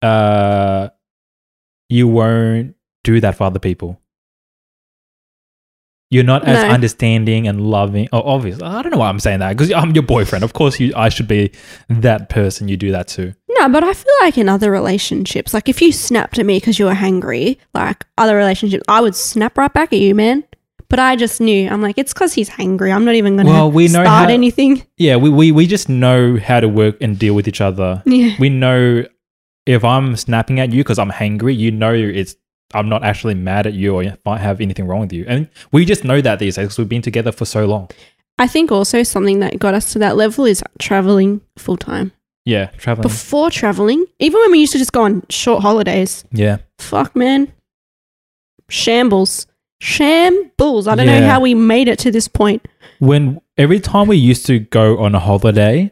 Speaker 1: uh, you won't do that for other people. You're not as
Speaker 2: No.
Speaker 1: understanding and loving. Oh, obvious. I don't know why I'm saying that because I'm your boyfriend. Of course, you. I should be that person. You do that too.
Speaker 2: No, but I feel like in other relationships, like if you snapped at me because you were hangry, like other relationships, I would snap right back at you, man. But I just knew. I'm like, it's because he's hangry. I'm not even going to
Speaker 1: Well, we know
Speaker 2: start
Speaker 1: how-
Speaker 2: anything. [LAUGHS]
Speaker 1: Yeah, we, we we just know how to work and deal with each other.
Speaker 2: Yeah.
Speaker 1: We know if I'm snapping at you because I'm hangry. You know, it's I'm not actually mad at you or if I have anything wrong with you. And we just know that these days because we've been together for so long.
Speaker 2: I think also something that got us to that level is traveling full time.
Speaker 1: Yeah, traveling.
Speaker 2: Before traveling, even when we used to just go on short holidays,
Speaker 1: yeah.
Speaker 2: fuck, man. Shambles. Shambles. I don't know
Speaker 1: Yeah.
Speaker 2: how we made it to this point.
Speaker 1: when every time we used to go on a holiday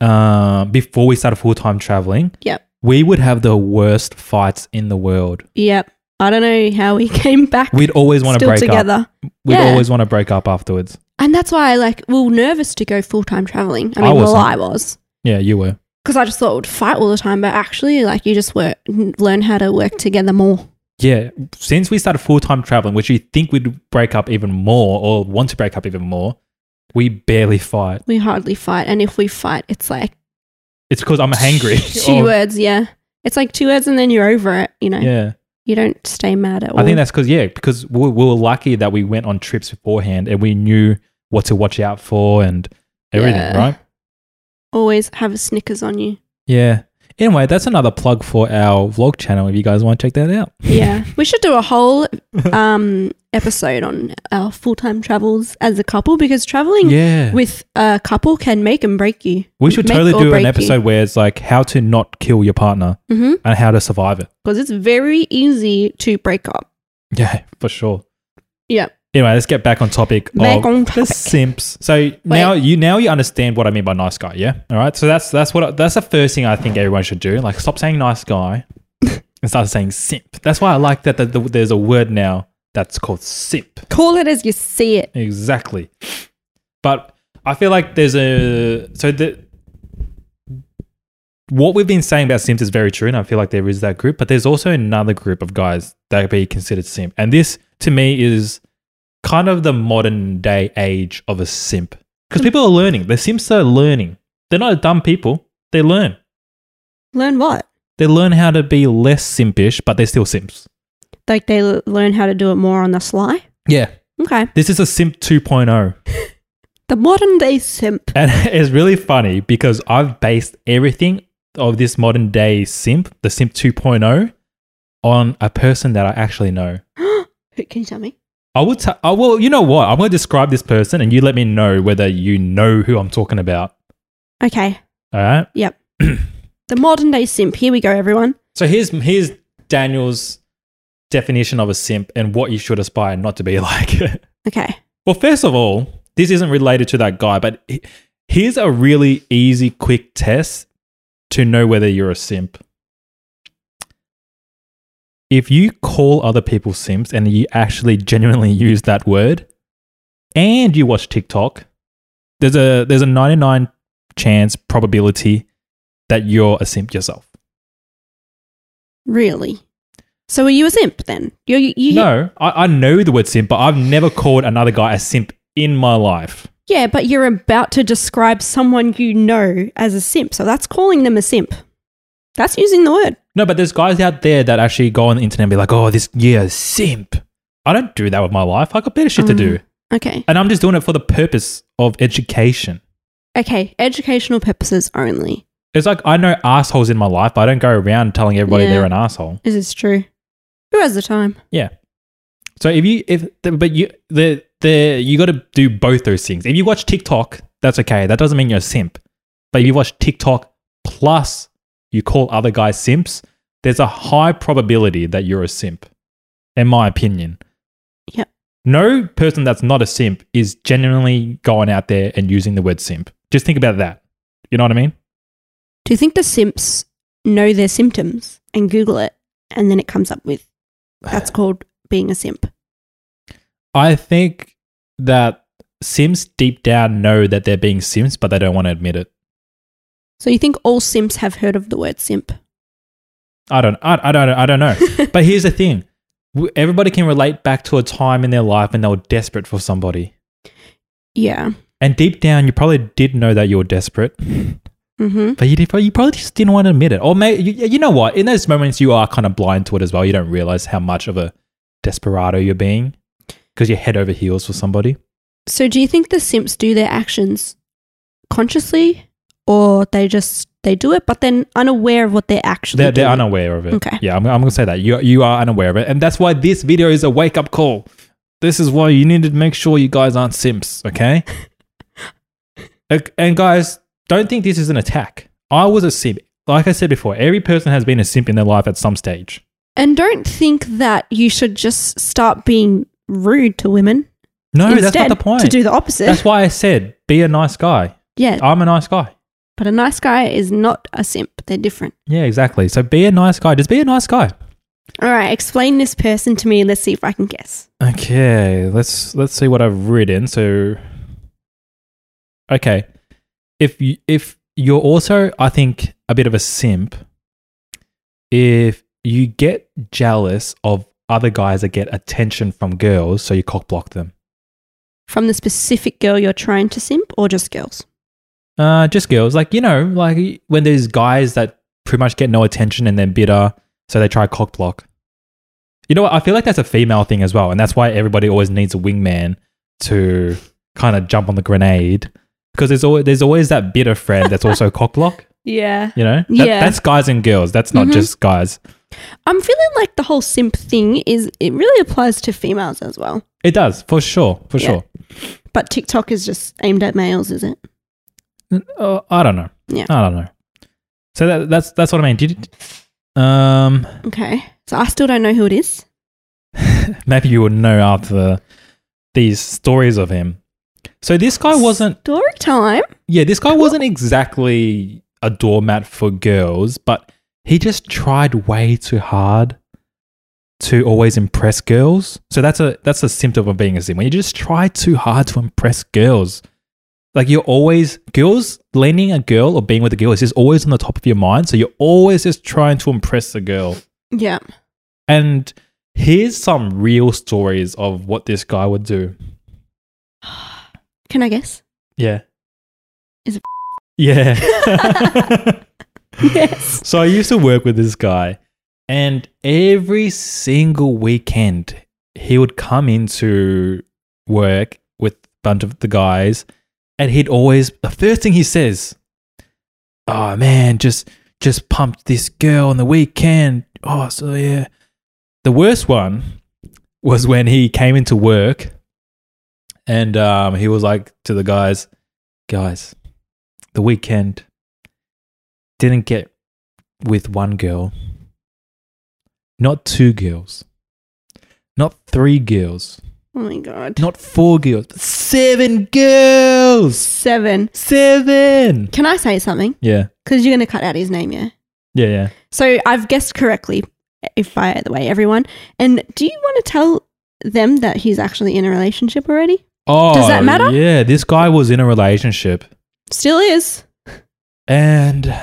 Speaker 1: uh, before we started full-time traveling
Speaker 2: Yep.
Speaker 1: we would have the worst fights in the world
Speaker 2: Yep. I don't know how we [LAUGHS] came back
Speaker 1: we'd always want to
Speaker 2: still
Speaker 1: break
Speaker 2: together.
Speaker 1: up we'd
Speaker 2: Yeah.
Speaker 1: always want to break up afterwards
Speaker 2: And that's why I like well nervous to go full time traveling. I
Speaker 1: I
Speaker 2: mean, well,
Speaker 1: wasn't.
Speaker 2: I was
Speaker 1: yeah you were
Speaker 2: because I just thought it would fight all the time, but actually, like you just work, n- learn how to work together more.
Speaker 1: yeah since we started full-time traveling which you think we'd break up even more or want to break up even more we barely fight
Speaker 2: We hardly fight, and if we fight, it's like
Speaker 1: it's because i'm hangry
Speaker 2: [LAUGHS]
Speaker 1: Oh,
Speaker 2: Two
Speaker 1: or-
Speaker 2: words, yeah. It's like two words, and then you're over it. You know,
Speaker 1: yeah
Speaker 2: you don't stay mad at all.
Speaker 1: i think that's because yeah because we, we were lucky that we went on trips beforehand and we knew what to watch out for and everything
Speaker 2: Yeah.
Speaker 1: right
Speaker 2: always have a Snickers on you.
Speaker 1: Yeah. Anyway, that's another plug for our vlog channel if you guys want to check that out. [LAUGHS]
Speaker 2: Yeah, we should do a whole um, episode on our full time travels as a couple because traveling
Speaker 1: Yeah. We,
Speaker 2: with a couple can make and break you.
Speaker 1: should
Speaker 2: make
Speaker 1: totally
Speaker 2: or
Speaker 1: do
Speaker 2: break
Speaker 1: an
Speaker 2: you.
Speaker 1: episode where it's like how to not kill your partner
Speaker 2: Mm-hmm.
Speaker 1: and how to survive it.
Speaker 2: because it's very easy to break up.
Speaker 1: Yeah, for sure.
Speaker 2: Yeah.
Speaker 1: Anyway, let's get back on topic
Speaker 2: Back
Speaker 1: of
Speaker 2: on
Speaker 1: the
Speaker 2: topic.
Speaker 1: simps. So now you now you understand what I mean by nice guy, yeah? All right. So that's that's what that's the first thing I think everyone should do. Like stop saying nice guy and start saying simp. That's why I like that, that there's a word now that's called simp.
Speaker 2: Call it as you see it.
Speaker 1: Exactly. But I feel like there's a so the what we've been saying about simps is very true, and I feel like there is that group. But there's also another group of guys that be considered simp, and this to me is kind of the modern day age of a simp because people are learning. The simps are learning. They're not dumb people. They learn.
Speaker 2: Learn what?
Speaker 1: They learn how to be less simpish, but they're still simps.
Speaker 2: Like they l- learn how to do it more on the sly.
Speaker 1: Yeah.
Speaker 2: Okay.
Speaker 1: This is a simp oh. 2.0.
Speaker 2: The modern day simp.
Speaker 1: And [LAUGHS] it's really funny because I've based everything of this modern day simp, the simp 2.0, on a person that I actually know.
Speaker 2: Who- Can you tell me?
Speaker 1: I would ta- I will, you know what? I'm going to describe this person and you let me know whether you know who I'm talking about.
Speaker 2: Okay.
Speaker 1: All right?
Speaker 2: Yep. the modern day simp. Here we go, everyone.
Speaker 1: So here's here's Daniel's definition of a simp and what you should aspire not to be [LAUGHS] like.
Speaker 2: Okay.
Speaker 1: Well, first of all, this isn't related to that guy, but he- here's a really easy, quick test to know whether you're a simp. If you call other people simps and you actually genuinely use that word and you watch TikTok, there's a there's a 99 chance probability that you're a simp yourself.
Speaker 2: Really. So are you a simp then? You you, you
Speaker 1: No, I, I know the word simp, but I've never called another guy a simp in my life.
Speaker 2: Yeah, but you're about to describe someone you know as a simp. So that's calling them a simp. That's using the word.
Speaker 1: No, but there's guys out there that actually go on the internet and be like, oh, this yeah, simp. I don't do that with my life. I got better shit to do.
Speaker 2: Okay.
Speaker 1: And I'm just doing it for the purpose of education.
Speaker 2: Okay. Educational purposes only.
Speaker 1: It's like I know assholes in my life, but I don't go around telling everybody
Speaker 2: Yeah.
Speaker 1: they're an asshole.
Speaker 2: Is this true? Who has the time?
Speaker 1: So if you if the- but you the the you got to do both those things. If you watch TikTok, that's okay. That doesn't mean you're a simp. But if you watch TikTok plus you call other guys simps, there's a high probability that you're a simp, in my opinion.
Speaker 2: Yep.
Speaker 1: No person that's not a simp is genuinely going out there and using the word simp. Just think about that. You know what I mean?
Speaker 2: Do you think the simps know their symptoms and Google it and then it comes up with that's called being a simp?
Speaker 1: I think that Sims deep down know that they're being Sims, but they don't want to admit it.
Speaker 2: So you think all simps have heard of the word simp?
Speaker 1: I don't, I, I don't, I don't know. but here's the thing: w- everybody can relate back to a time in their life when they were desperate for somebody.
Speaker 2: Yeah.
Speaker 1: And deep down, you probably did know that you were desperate,
Speaker 2: Mm-hmm.
Speaker 1: but you, did, you probably just didn't want to admit it. Or maybe, you, you know what? In those moments, you are kind of blind to it as well. You don't realize how much of a desperado you're being because you're head over heels for somebody.
Speaker 2: So do you think the simps do their actions consciously or they just they do it but then unaware of what they're actually
Speaker 1: They're, they're
Speaker 2: doing?
Speaker 1: unaware of it.
Speaker 2: Okay.
Speaker 1: Yeah, I'm, I'm going to say that. You, you are unaware of it. And that's why this video is a wake up call. This is why you need to make sure you guys aren't simps,
Speaker 2: [LAUGHS]
Speaker 1: okay? Like, and guys, don't think this is an attack. I was a simp. Like I said before, every person has been a simp in their life at some stage.
Speaker 2: and don't think that you should just start being rude to women.
Speaker 1: No,
Speaker 2: Instead,
Speaker 1: that's not the point.
Speaker 2: To do the opposite.
Speaker 1: that's why I said be a nice guy.
Speaker 2: yeah.
Speaker 1: I'm a nice guy.
Speaker 2: But a nice guy is not a simp. They're different.
Speaker 1: Yeah, exactly. So be a nice guy. Just be a nice guy.
Speaker 2: All right, explain this person to me. Let's see if I can guess.
Speaker 1: Okay, let's let's see what I've written. So, okay, if you if you're also, I think, a bit of a simp, if you get jealous of other guys that get attention from girls, so you cock block them.
Speaker 2: From the specific girl you're trying to simp or just girls?
Speaker 1: Uh, just girls, like you know, like when there's guys that pretty much get no attention and they're bitter, so they try cock block. You know what? I feel like that's a female thing as well, and that's why everybody always needs a wingman to kind of jump on the grenade because there's always there's always that bitter friend that's also cock block.
Speaker 2: Yeah.
Speaker 1: You know, That-
Speaker 2: Yeah.
Speaker 1: that's guys and girls. That's not
Speaker 2: Mhm.
Speaker 1: just guys.
Speaker 2: I'm feeling like the whole simp thing is, it really applies to females as well.
Speaker 1: It does for sure, for
Speaker 2: Yeah.
Speaker 1: sure.
Speaker 2: But TikTok is just aimed at males, is it?
Speaker 1: N- Uh, I don't know.
Speaker 2: Yeah.
Speaker 1: I don't know. So that, that's that's what I mean. Did um
Speaker 2: Okay. So I still don't know who it is.
Speaker 1: maybe you would know after these stories of him. So this guy wasn't
Speaker 2: Story time.
Speaker 1: yeah, this guy wasn't exactly a doormat for girls, but he just tried way too hard to always impress girls. So that's a that's a symptom of being a sim. When you just try too hard to impress girls. Like you're always girls landing a girl or being with a girl is just always on the top of your mind. So you're always just trying to impress the girl.
Speaker 2: Yeah.
Speaker 1: And here's some real stories of what this guy would do.
Speaker 2: Can I guess?
Speaker 1: Yeah.
Speaker 2: Is it
Speaker 1: [LAUGHS] Yeah.
Speaker 2: [LAUGHS] yes.
Speaker 1: so I used to work with this guy, and every single weekend he would come into work with a bunch of the guys, and he'd always the first thing he says, "Oh man, just just pumped this girl on the weekend." Oh, so yeah. The worst one was when he came into work, and um, he was like to the guys, "Guys, the weekend." Didn't get with one girl, not two girls, not three girls,
Speaker 2: Oh my God.
Speaker 1: not four girls, but seven girls.
Speaker 2: Seven.
Speaker 1: Seven.
Speaker 2: Can I say something?
Speaker 1: Yeah,
Speaker 2: Because you're going to cut out his name, yeah?
Speaker 1: yeah, yeah.
Speaker 2: So I've guessed correctly, if by the way, everyone. And do you want to tell them that he's actually in a relationship already?
Speaker 1: Oh,
Speaker 2: that matter?
Speaker 1: Yeah, this guy was in a relationship,
Speaker 2: Still is.
Speaker 1: and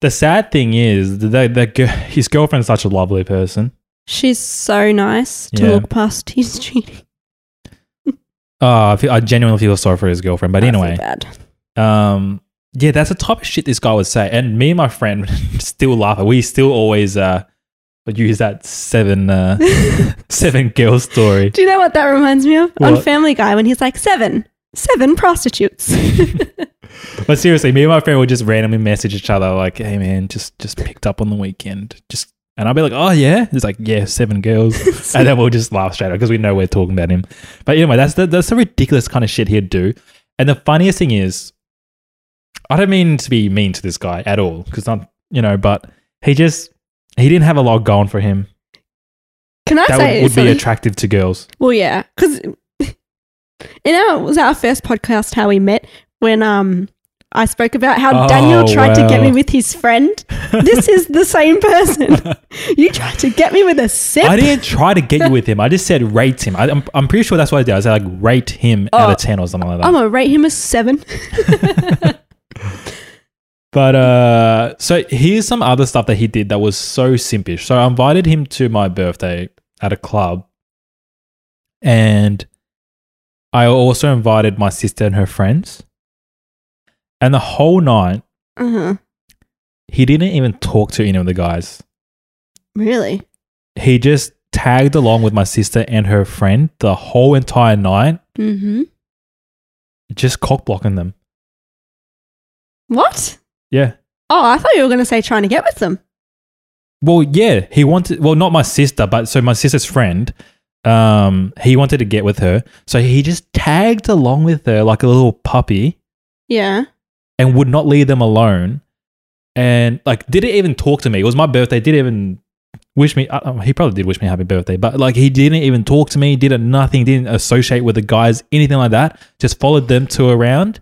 Speaker 1: the sad thing is that that girl, [LAUGHS] his girlfriend's such a lovely person.
Speaker 2: She's so nice to
Speaker 1: Yeah.
Speaker 2: look past [LAUGHS] his cheating.
Speaker 1: Oh, I, feel, I genuinely feel sorry for his girlfriend, but
Speaker 2: I feel
Speaker 1: anyway,
Speaker 2: bad. [LAUGHS]
Speaker 1: Um, yeah, that's the type of shit this guy would say. And me and my friend [LAUGHS] still laugh. at- We still always uh, would use that seven uh, seven girl story.
Speaker 2: Do you know what that reminds me of? On
Speaker 1: What?
Speaker 2: Family Guy when he's like seven, seven prostitutes. [LAUGHS]
Speaker 1: But seriously, me and my friend would just randomly message each other like, "Hey man, just just picked up on the weekend." Just and I'll be like, "Oh yeah," it's like, "Yeah, seven girls," and then we'll just laugh straight up because we know we're talking about him. But anyway, that's the, that's the ridiculous kind of shit he'd do. And the funniest thing is, I don't mean to be mean to this guy at all because I'm you know, but he just he didn't have a lot going for him
Speaker 2: Can I
Speaker 1: that
Speaker 2: say
Speaker 1: would, would be
Speaker 2: something?
Speaker 1: attractive to girls.
Speaker 2: Well, yeah, because [LAUGHS] you know it was our first podcast how we met when um I spoke about how
Speaker 1: Oh,
Speaker 2: Daniel tried to get
Speaker 1: wow.
Speaker 2: me with his friend. this is the
Speaker 1: [LAUGHS]
Speaker 2: same person. you tried to get me with a sip.
Speaker 1: I didn't try to get you with him. I just said rate him. I, I'm, I'm pretty sure that's what I did. I said like rate him out
Speaker 2: Oh,
Speaker 1: of ten or something like that.
Speaker 2: I'm gonna rate him
Speaker 1: [LAUGHS]
Speaker 2: a seven.
Speaker 1: But uh so here's some other stuff that he did that was so simpish. So I invited him to my birthday at a club. And I also invited my sister and her friends. And the whole night,
Speaker 2: Uh huh.
Speaker 1: he didn't even talk to any of the guys.
Speaker 2: Really?
Speaker 1: He just tagged along with my sister and her friend the whole entire night,
Speaker 2: Mm hmm.
Speaker 1: just cock blocking them.
Speaker 2: What?
Speaker 1: Yeah.
Speaker 2: Oh, I thought you were going to say trying to get with them.
Speaker 1: Well, yeah, he wanted. Well, not my sister, but so my sister's friend. Um, he wanted to get with her, so he just tagged along with her like a little puppy
Speaker 2: Yeah.
Speaker 1: and would not leave them alone. And like, didn't even talk to me. It was my birthday. Didn't even wish me. Uh, he probably did wish me happy birthday, but like, he didn't even talk to me. Didn't nothing. Didn't associate with the guys. Anything like that. Just followed them to around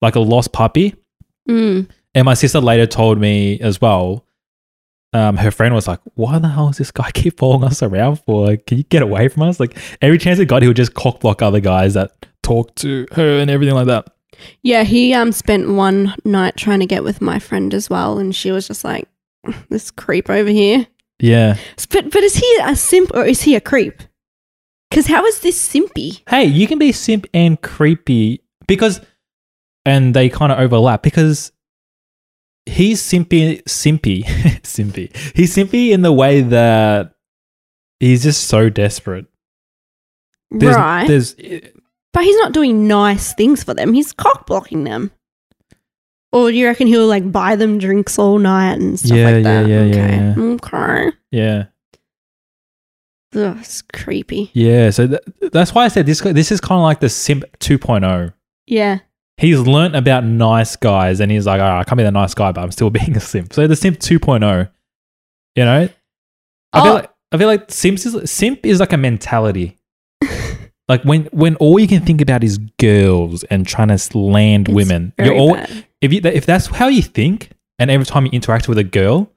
Speaker 1: like a lost puppy.
Speaker 2: Mm.
Speaker 1: And my sister later told me as well. Um, her friend was like, "Why the hell is this guy [LAUGHS] keep following us around for? Like, can you get away from us? Like every chance he got, he would just cock block other guys that talk to her and everything like that."
Speaker 2: Yeah, he um spent one night trying to get with my friend as well, and she was just like, "This creep over here."
Speaker 1: Yeah.
Speaker 2: S- But but is he a simp or is he a creep? Because how is this simpy?
Speaker 1: Hey, you can be simp and creepy because, and they kind of overlap because he's simpy, simpy, [LAUGHS] simpy. He's simpy in the way that he's just so desperate. There's,
Speaker 2: right,
Speaker 1: There's
Speaker 2: but he's not doing nice things for them. He's cock blocking them. Or you reckon he'll like buy them drinks all night and stuff
Speaker 1: Yeah,
Speaker 2: like
Speaker 1: yeah,
Speaker 2: that?
Speaker 1: yeah, yeah,
Speaker 2: okay.
Speaker 1: yeah.
Speaker 2: Okay.
Speaker 1: yeah.
Speaker 2: Ugh, it's creepy.
Speaker 1: Yeah, so th- that's why I said this. This is kind of like the simp 2.0.
Speaker 2: Yeah.
Speaker 1: He's learnt about nice guys, and he's like, "All right, I can't be the nice guy, but I'm still [LAUGHS] being a simp." So the simp 2.0, you know, I feel
Speaker 2: Oh.
Speaker 1: like I feel like simps is simp is like a
Speaker 2: [LAUGHS]
Speaker 1: mentality. like when when all you can think about is girls and trying to s- land
Speaker 2: It's
Speaker 1: women.
Speaker 2: Very
Speaker 1: You're all
Speaker 2: bad.
Speaker 1: if you if that's how you think, and every time you interact with a girl,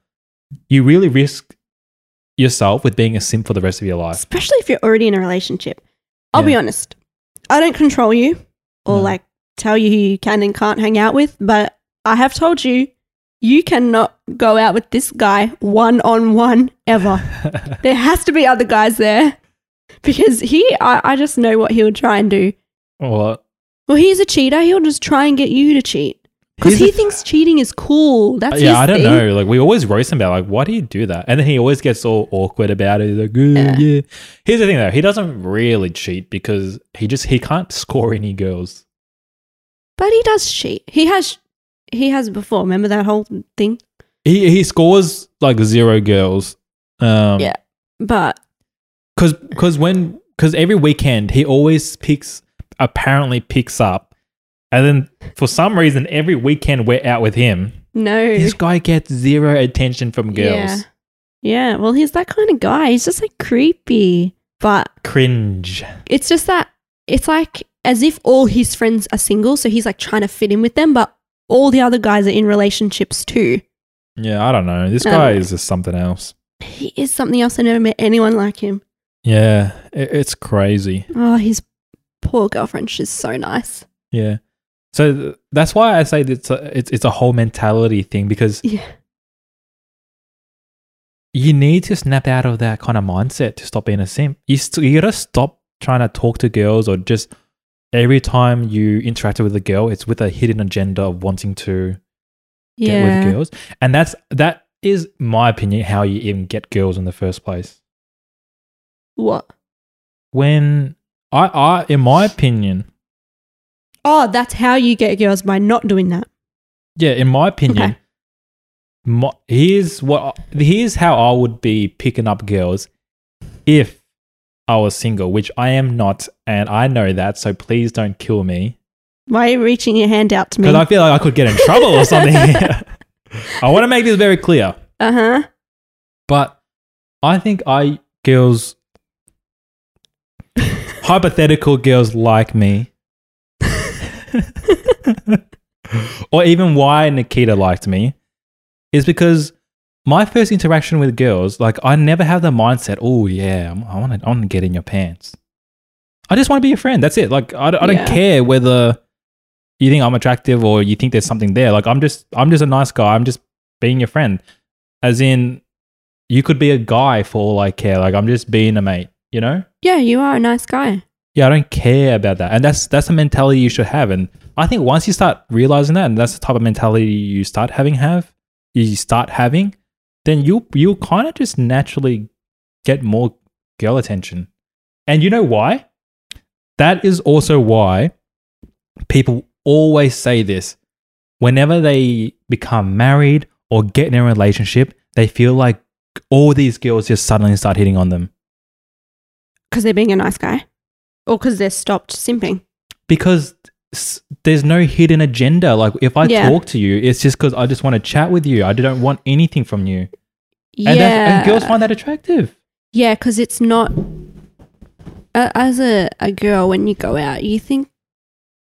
Speaker 1: you really risk yourself with being a simp for the rest of your life.
Speaker 2: especially if you're already in a relationship. I'll be
Speaker 1: Yeah.
Speaker 2: honest. I don't control you or
Speaker 1: No.
Speaker 2: like tell you who you can and can't hang out with, but I have told you you cannot go out with this guy one on one ever.
Speaker 1: [LAUGHS]
Speaker 2: there has to be other guys there because he, I, I just know what he would try and do.
Speaker 1: or
Speaker 2: Well, he's a cheater. He'll just try and get you to cheat because
Speaker 1: He's
Speaker 2: he
Speaker 1: a-
Speaker 2: thinks cheating is cool. That's
Speaker 1: yeah,
Speaker 2: his
Speaker 1: I don't
Speaker 2: thing.
Speaker 1: know. Like we always roast him about like why do you do that? And then he always gets all awkward about it. He's like, "Ooh,
Speaker 2: Yeah.
Speaker 1: yeah. Here's the thing though, he doesn't really cheat because he just he can't [LAUGHS] score any girls.
Speaker 2: But he does cheat. He has, he has before. Remember that whole thing?
Speaker 1: He he scores like zero girls. Um
Speaker 2: Yeah. But
Speaker 1: cuz cuz when cuz every weekend he always picks apparently picks up and then for some reason every weekend we're out with him.
Speaker 2: no.
Speaker 1: This guy gets zero attention from girls.
Speaker 2: Yeah. Yeah, well, he's that kind of guy. He's just like creepy. But
Speaker 1: Cringe.
Speaker 2: it's just that it's like as if all his friends are single. So he's like trying to fit in with them, but all the other guys are in relationships too.
Speaker 1: Yeah, I don't know. This
Speaker 2: I
Speaker 1: guy
Speaker 2: don't know.
Speaker 1: is just something else.
Speaker 2: He is something else. I never met anyone like him.
Speaker 1: Yeah, it, it's crazy.
Speaker 2: Oh, his poor girlfriend. She's so nice.
Speaker 1: Yeah, so th- that's why I say that it's a, it's it's a whole mentality thing because
Speaker 2: Yeah.
Speaker 1: you need to snap out of that kind of mindset to stop being a simp. You st- you gotta stop trying to talk to girls or just every time you interact with a girl, it's with a hidden agenda of wanting to get with
Speaker 2: Yeah.
Speaker 1: girls, and that's that is my opinion how you even get girls in the first place.
Speaker 2: What?
Speaker 1: When I I in my opinion.
Speaker 2: Oh, that's how you get girls by not doing that.
Speaker 1: Yeah, in my opinion,
Speaker 2: Okay.
Speaker 1: my, here's what here's how I would be picking up girls if I was single, which I am not, and I know that. So please don't kill me
Speaker 2: Why are you reaching your hand out to me?
Speaker 1: because I feel like I could get in trouble or
Speaker 2: [LAUGHS]
Speaker 1: something. [LAUGHS] I want to make this very clear,
Speaker 2: uh huh.
Speaker 1: but I think I girls, hypothetical girls like me. or even why Nikita liked me, is because my first interaction with girls, like I never have the mindset, oh yeah, I'm- I want to, I want to get in your pants. I just want to be your friend. That's it. Like I, don't- I don't
Speaker 2: Yeah.
Speaker 1: care whether you think I'm attractive or you think there's something there. Like I'm just, I'm just a nice guy. I'm just being your friend. As in, You could be a guy for all I care. Like I'm just being a mate, you know?
Speaker 2: Yeah, you are a nice guy.
Speaker 1: Yeah, I don't care about that. And that's that's the mentality you should have. And I think once you start realizing that and that's the type of mentality you start having have, you start having, then you you'll kind of just naturally get more girl attention. And you know why? That is also why people always say this. Whenever they become married or get in a relationship, they feel like all these girls just suddenly start hitting on them
Speaker 2: Because they're being a nice guy. Or because they're stopped simping.
Speaker 1: because s- there's no hidden agenda. Like if I
Speaker 2: Yeah.
Speaker 1: talk to you, it's just because I just want to chat with you. I don't want anything from you.
Speaker 2: Yeah.
Speaker 1: And, that, and girls find that attractive.
Speaker 2: Yeah, because it's not. a- As a, a girl, when you go out, you think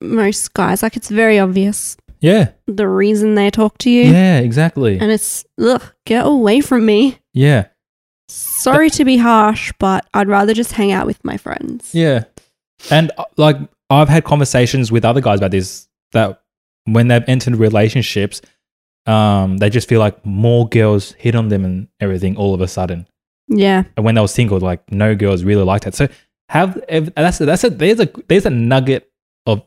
Speaker 2: most guys, like, it's very obvious
Speaker 1: Yeah.
Speaker 2: the reason they talk to you.
Speaker 1: Yeah, exactly.
Speaker 2: And it's, ugh, get away from me.
Speaker 1: Yeah.
Speaker 2: Sorry to be harsh, but I'd rather just hang out with my friends.
Speaker 1: Yeah. And uh, like I've had conversations with other guys about this that when they've entered relationships, um, they just feel like more girls hit on them and everything all of a sudden.
Speaker 2: Yeah.
Speaker 1: And when they were single, like no girls really liked it. So have if, that's that's a there's a there's a nugget of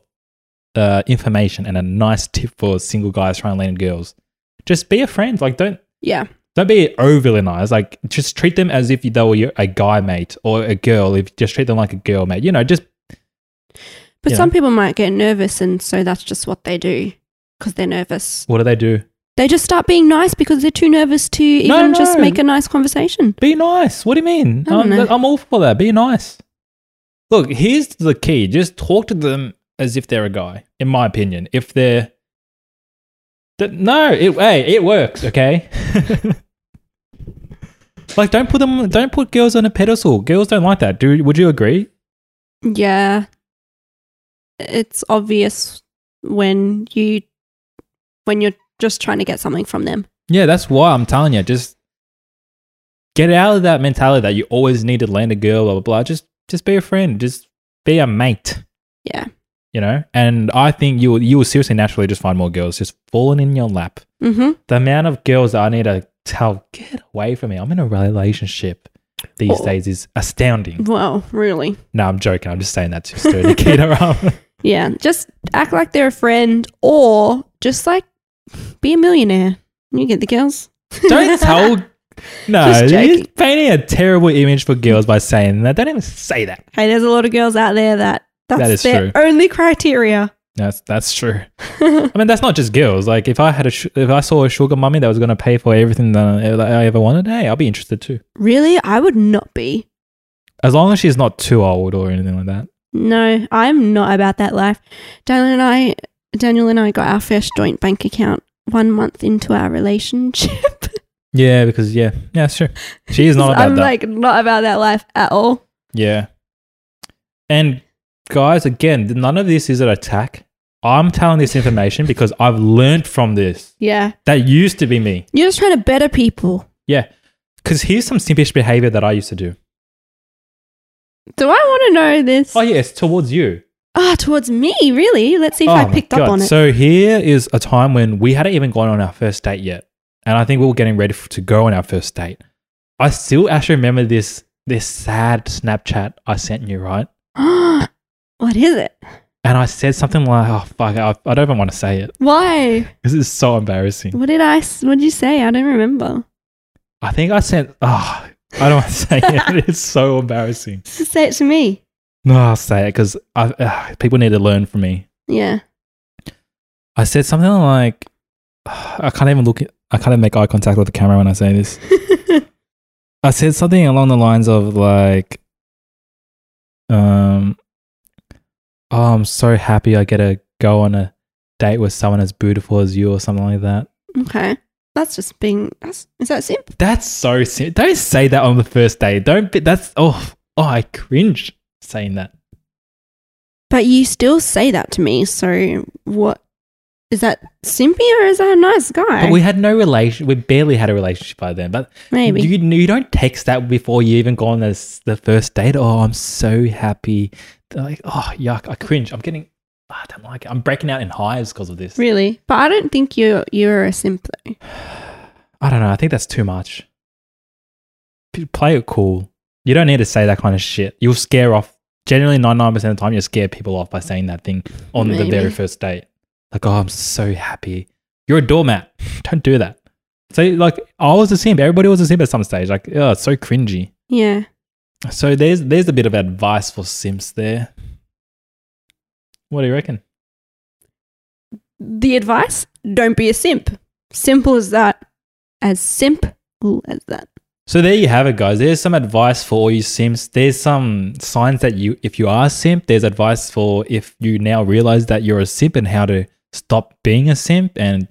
Speaker 1: uh, information and a nice tip for single guys trying to land girls. Just be a friend. Like don't
Speaker 2: Yeah.
Speaker 1: don't be overly nice. Like just treat them as if they were your, a guy mate or a girl. If just treat them like a girl mate, you know, just
Speaker 2: But
Speaker 1: you
Speaker 2: some
Speaker 1: know?
Speaker 2: people might get nervous, and so that's just what they do because they're nervous.
Speaker 1: what do they do?
Speaker 2: They just start being nice because they're too nervous to even
Speaker 1: No,
Speaker 2: just
Speaker 1: no.
Speaker 2: make a nice conversation.
Speaker 1: Be nice. What do you mean?
Speaker 2: Hmm. I don't
Speaker 1: I'm,
Speaker 2: know.
Speaker 1: I'm all for that. Be nice. Look, here's the key. Just talk to them as if they're a guy. In my opinion, if they're that no, it hey, it works. Okay. [LAUGHS] like, don't put them. Don't put girls on a pedestal. Girls don't like that. Do would you agree?
Speaker 2: Yeah. It's obvious when you when you're just trying to get something from them.
Speaker 1: Yeah, that's why I'm telling you. Just get out of that mentality that you always need to land a girl, blah blah blah. Just just be a friend. Just be a mate.
Speaker 2: Yeah.
Speaker 1: You know? And I think you will you will seriously naturally just find more girls just falling in your lap.
Speaker 2: Mm-hmm.
Speaker 1: The amount of girls that I need to tell, get away from me. I'm in a relationship these
Speaker 2: Oh.
Speaker 1: days is astounding.
Speaker 2: Well, really.
Speaker 1: No, I'm joking. I'm just saying that to stir the kid around.
Speaker 2: Yeah. Just act like they're a friend or just like be a millionaire. You get the girls.
Speaker 1: [LAUGHS] Don't tell No,
Speaker 2: [LAUGHS] Just
Speaker 1: you're
Speaker 2: joking.
Speaker 1: painting a terrible image for girls by saying that. Don't even say that.
Speaker 2: Hey, there's a lot of girls out there that that's
Speaker 1: That is
Speaker 2: their
Speaker 1: true.
Speaker 2: only criteria.
Speaker 1: That's that's
Speaker 2: [LAUGHS]
Speaker 1: true. I mean, that's not just girls. Like, if I had a, su- if I saw a sugar mummy that was going to pay for everything that I, that I ever wanted, hey, I'll be interested too.
Speaker 2: Really? I would not be.
Speaker 1: As long as she's not too old or anything like that.
Speaker 2: No, I'm not about that life. Daniel and I, Daniel and I got our first joint bank account one month into our relationship.
Speaker 1: Yeah, because yeah, yeah,
Speaker 2: [LAUGHS]
Speaker 1: sure. She is not about
Speaker 2: I'm
Speaker 1: that.
Speaker 2: like not about that life at all.
Speaker 1: yeah. And guys, again, none of this is an attack. I'm telling this information because I've learned from this.
Speaker 2: Yeah,
Speaker 1: That used to be me.
Speaker 2: you're just trying to better people.
Speaker 1: Yeah. Because here's some simpish behavior that I used to do.
Speaker 2: Do I want to know this?
Speaker 1: Oh
Speaker 2: Ah,
Speaker 1: yes, towards you.
Speaker 2: towards me, really? Let's see if I
Speaker 1: Oh my
Speaker 2: picked up
Speaker 1: God.
Speaker 2: on it.
Speaker 1: So here is a time when we hadn't even gone on our first date yet, and I think we were getting ready f to go on our first date. I still actually remember this this sad Snapchat I sent you, right?
Speaker 2: [GASPS] what is it?
Speaker 1: And I said something like, "Oh fuck, I, I don't even want to say it.
Speaker 2: Why?
Speaker 1: This is so embarrassing."
Speaker 2: What did I? s- What did you say? I don't remember.
Speaker 1: I think I sent, "Oh, I don't want to [LAUGHS] say it. It's so embarrassing."
Speaker 2: Just say it to me.
Speaker 1: No, I'll say it because uh, people need to learn from me.
Speaker 2: Yeah. [LAUGHS]
Speaker 1: I said something like, "Ah, I can't even look. I can't even make eye contact with the camera when I say this. I said something along the lines of like, um, oh, I'm so happy I get to go on a date with someone as beautiful as you or something like that.
Speaker 2: okay. That's just being. That's, is that simple?
Speaker 1: That's so sim- Don't say that on the first day. Don't. Be, that's oh, oh, I cringe saying that.
Speaker 2: But you still say that to me. So what is that simpy or is that a nice guy?
Speaker 1: But we had no relation. We barely had a relationship by then. But
Speaker 2: Maybe.
Speaker 1: You, you don't text that before you even go on this, the first date. Oh, I'm so happy. They're like, oh, yuck. I cringe. I'm getting, ah, I don't like it. I'm breaking out in hives because of this.
Speaker 2: really? But I don't think you you're a simp though.
Speaker 1: I don't know. I think that's too much. p- play it cool. You don't need to say that kind of shit. You'll scare off. Generally, 99% of the time, you scare people off by saying that thing on the
Speaker 2: Maybe.
Speaker 1: very first date. Like, oh, I'm so happy. You're a doormat. [LAUGHS] Don't do that. So, like, I was a simp. Everybody was a simp at some stage. Like, oh, it's so cringy.
Speaker 2: Yeah.
Speaker 1: So, there's there's a bit of advice for simps there. What do you reckon?
Speaker 2: The advice don't be a simp. Simple as that. As simple as that.
Speaker 1: So there you have it, guys. There's some advice for all you simps. There's some signs that you, if you are a simp, there's advice for if you now realize that you're a simp and how to stop being a simp. And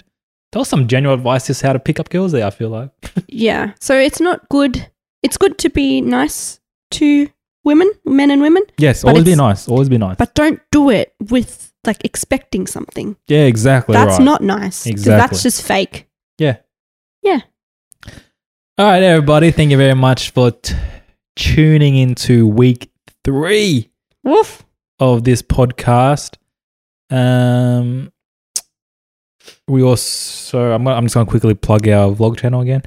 Speaker 1: there was some general advice just how to pick up girls there. I feel like
Speaker 2: Yeah. So it's not good. It's good to be nice to women, men and women,
Speaker 1: yes,
Speaker 2: But
Speaker 1: always be
Speaker 2: it's-
Speaker 1: nice. Always be nice.
Speaker 2: but don't do it with like expecting something.
Speaker 1: yeah, exactly.
Speaker 2: that's
Speaker 1: right.
Speaker 2: not nice. 'cause
Speaker 1: Exactly.
Speaker 2: That's just fake.
Speaker 1: All right, everybody. Thank you very much for t- tuning into week three.
Speaker 2: Woof.
Speaker 1: of this podcast. Um, we also I'm, gonna- I'm just going to quickly plug our vlog channel again.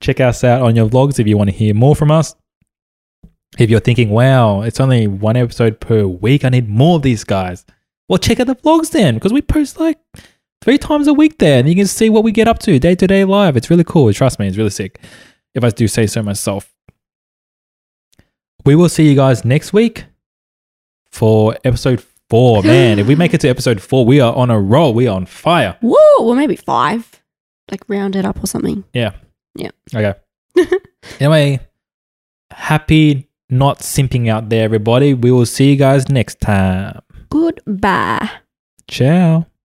Speaker 1: Check us out on your vlogs if you want to hear more from us. If you're thinking, wow, it's only one episode per week, I need more of these guys. Well, check out the vlogs then, because we post like three times a week there, and you can see what we get up to day to day live. It's really cool. Trust me, it's really sick. If I do say so myself. We will see you guys next week for episode four. Man, if we make it to episode four, we are on a roll. We are on fire.
Speaker 2: [LAUGHS] Woo. Well, maybe five. Like round it up or something.
Speaker 1: Okay. anyway, happy not simping out there, everybody. We will see you guys next time.
Speaker 2: Goodbye.
Speaker 1: Ciao.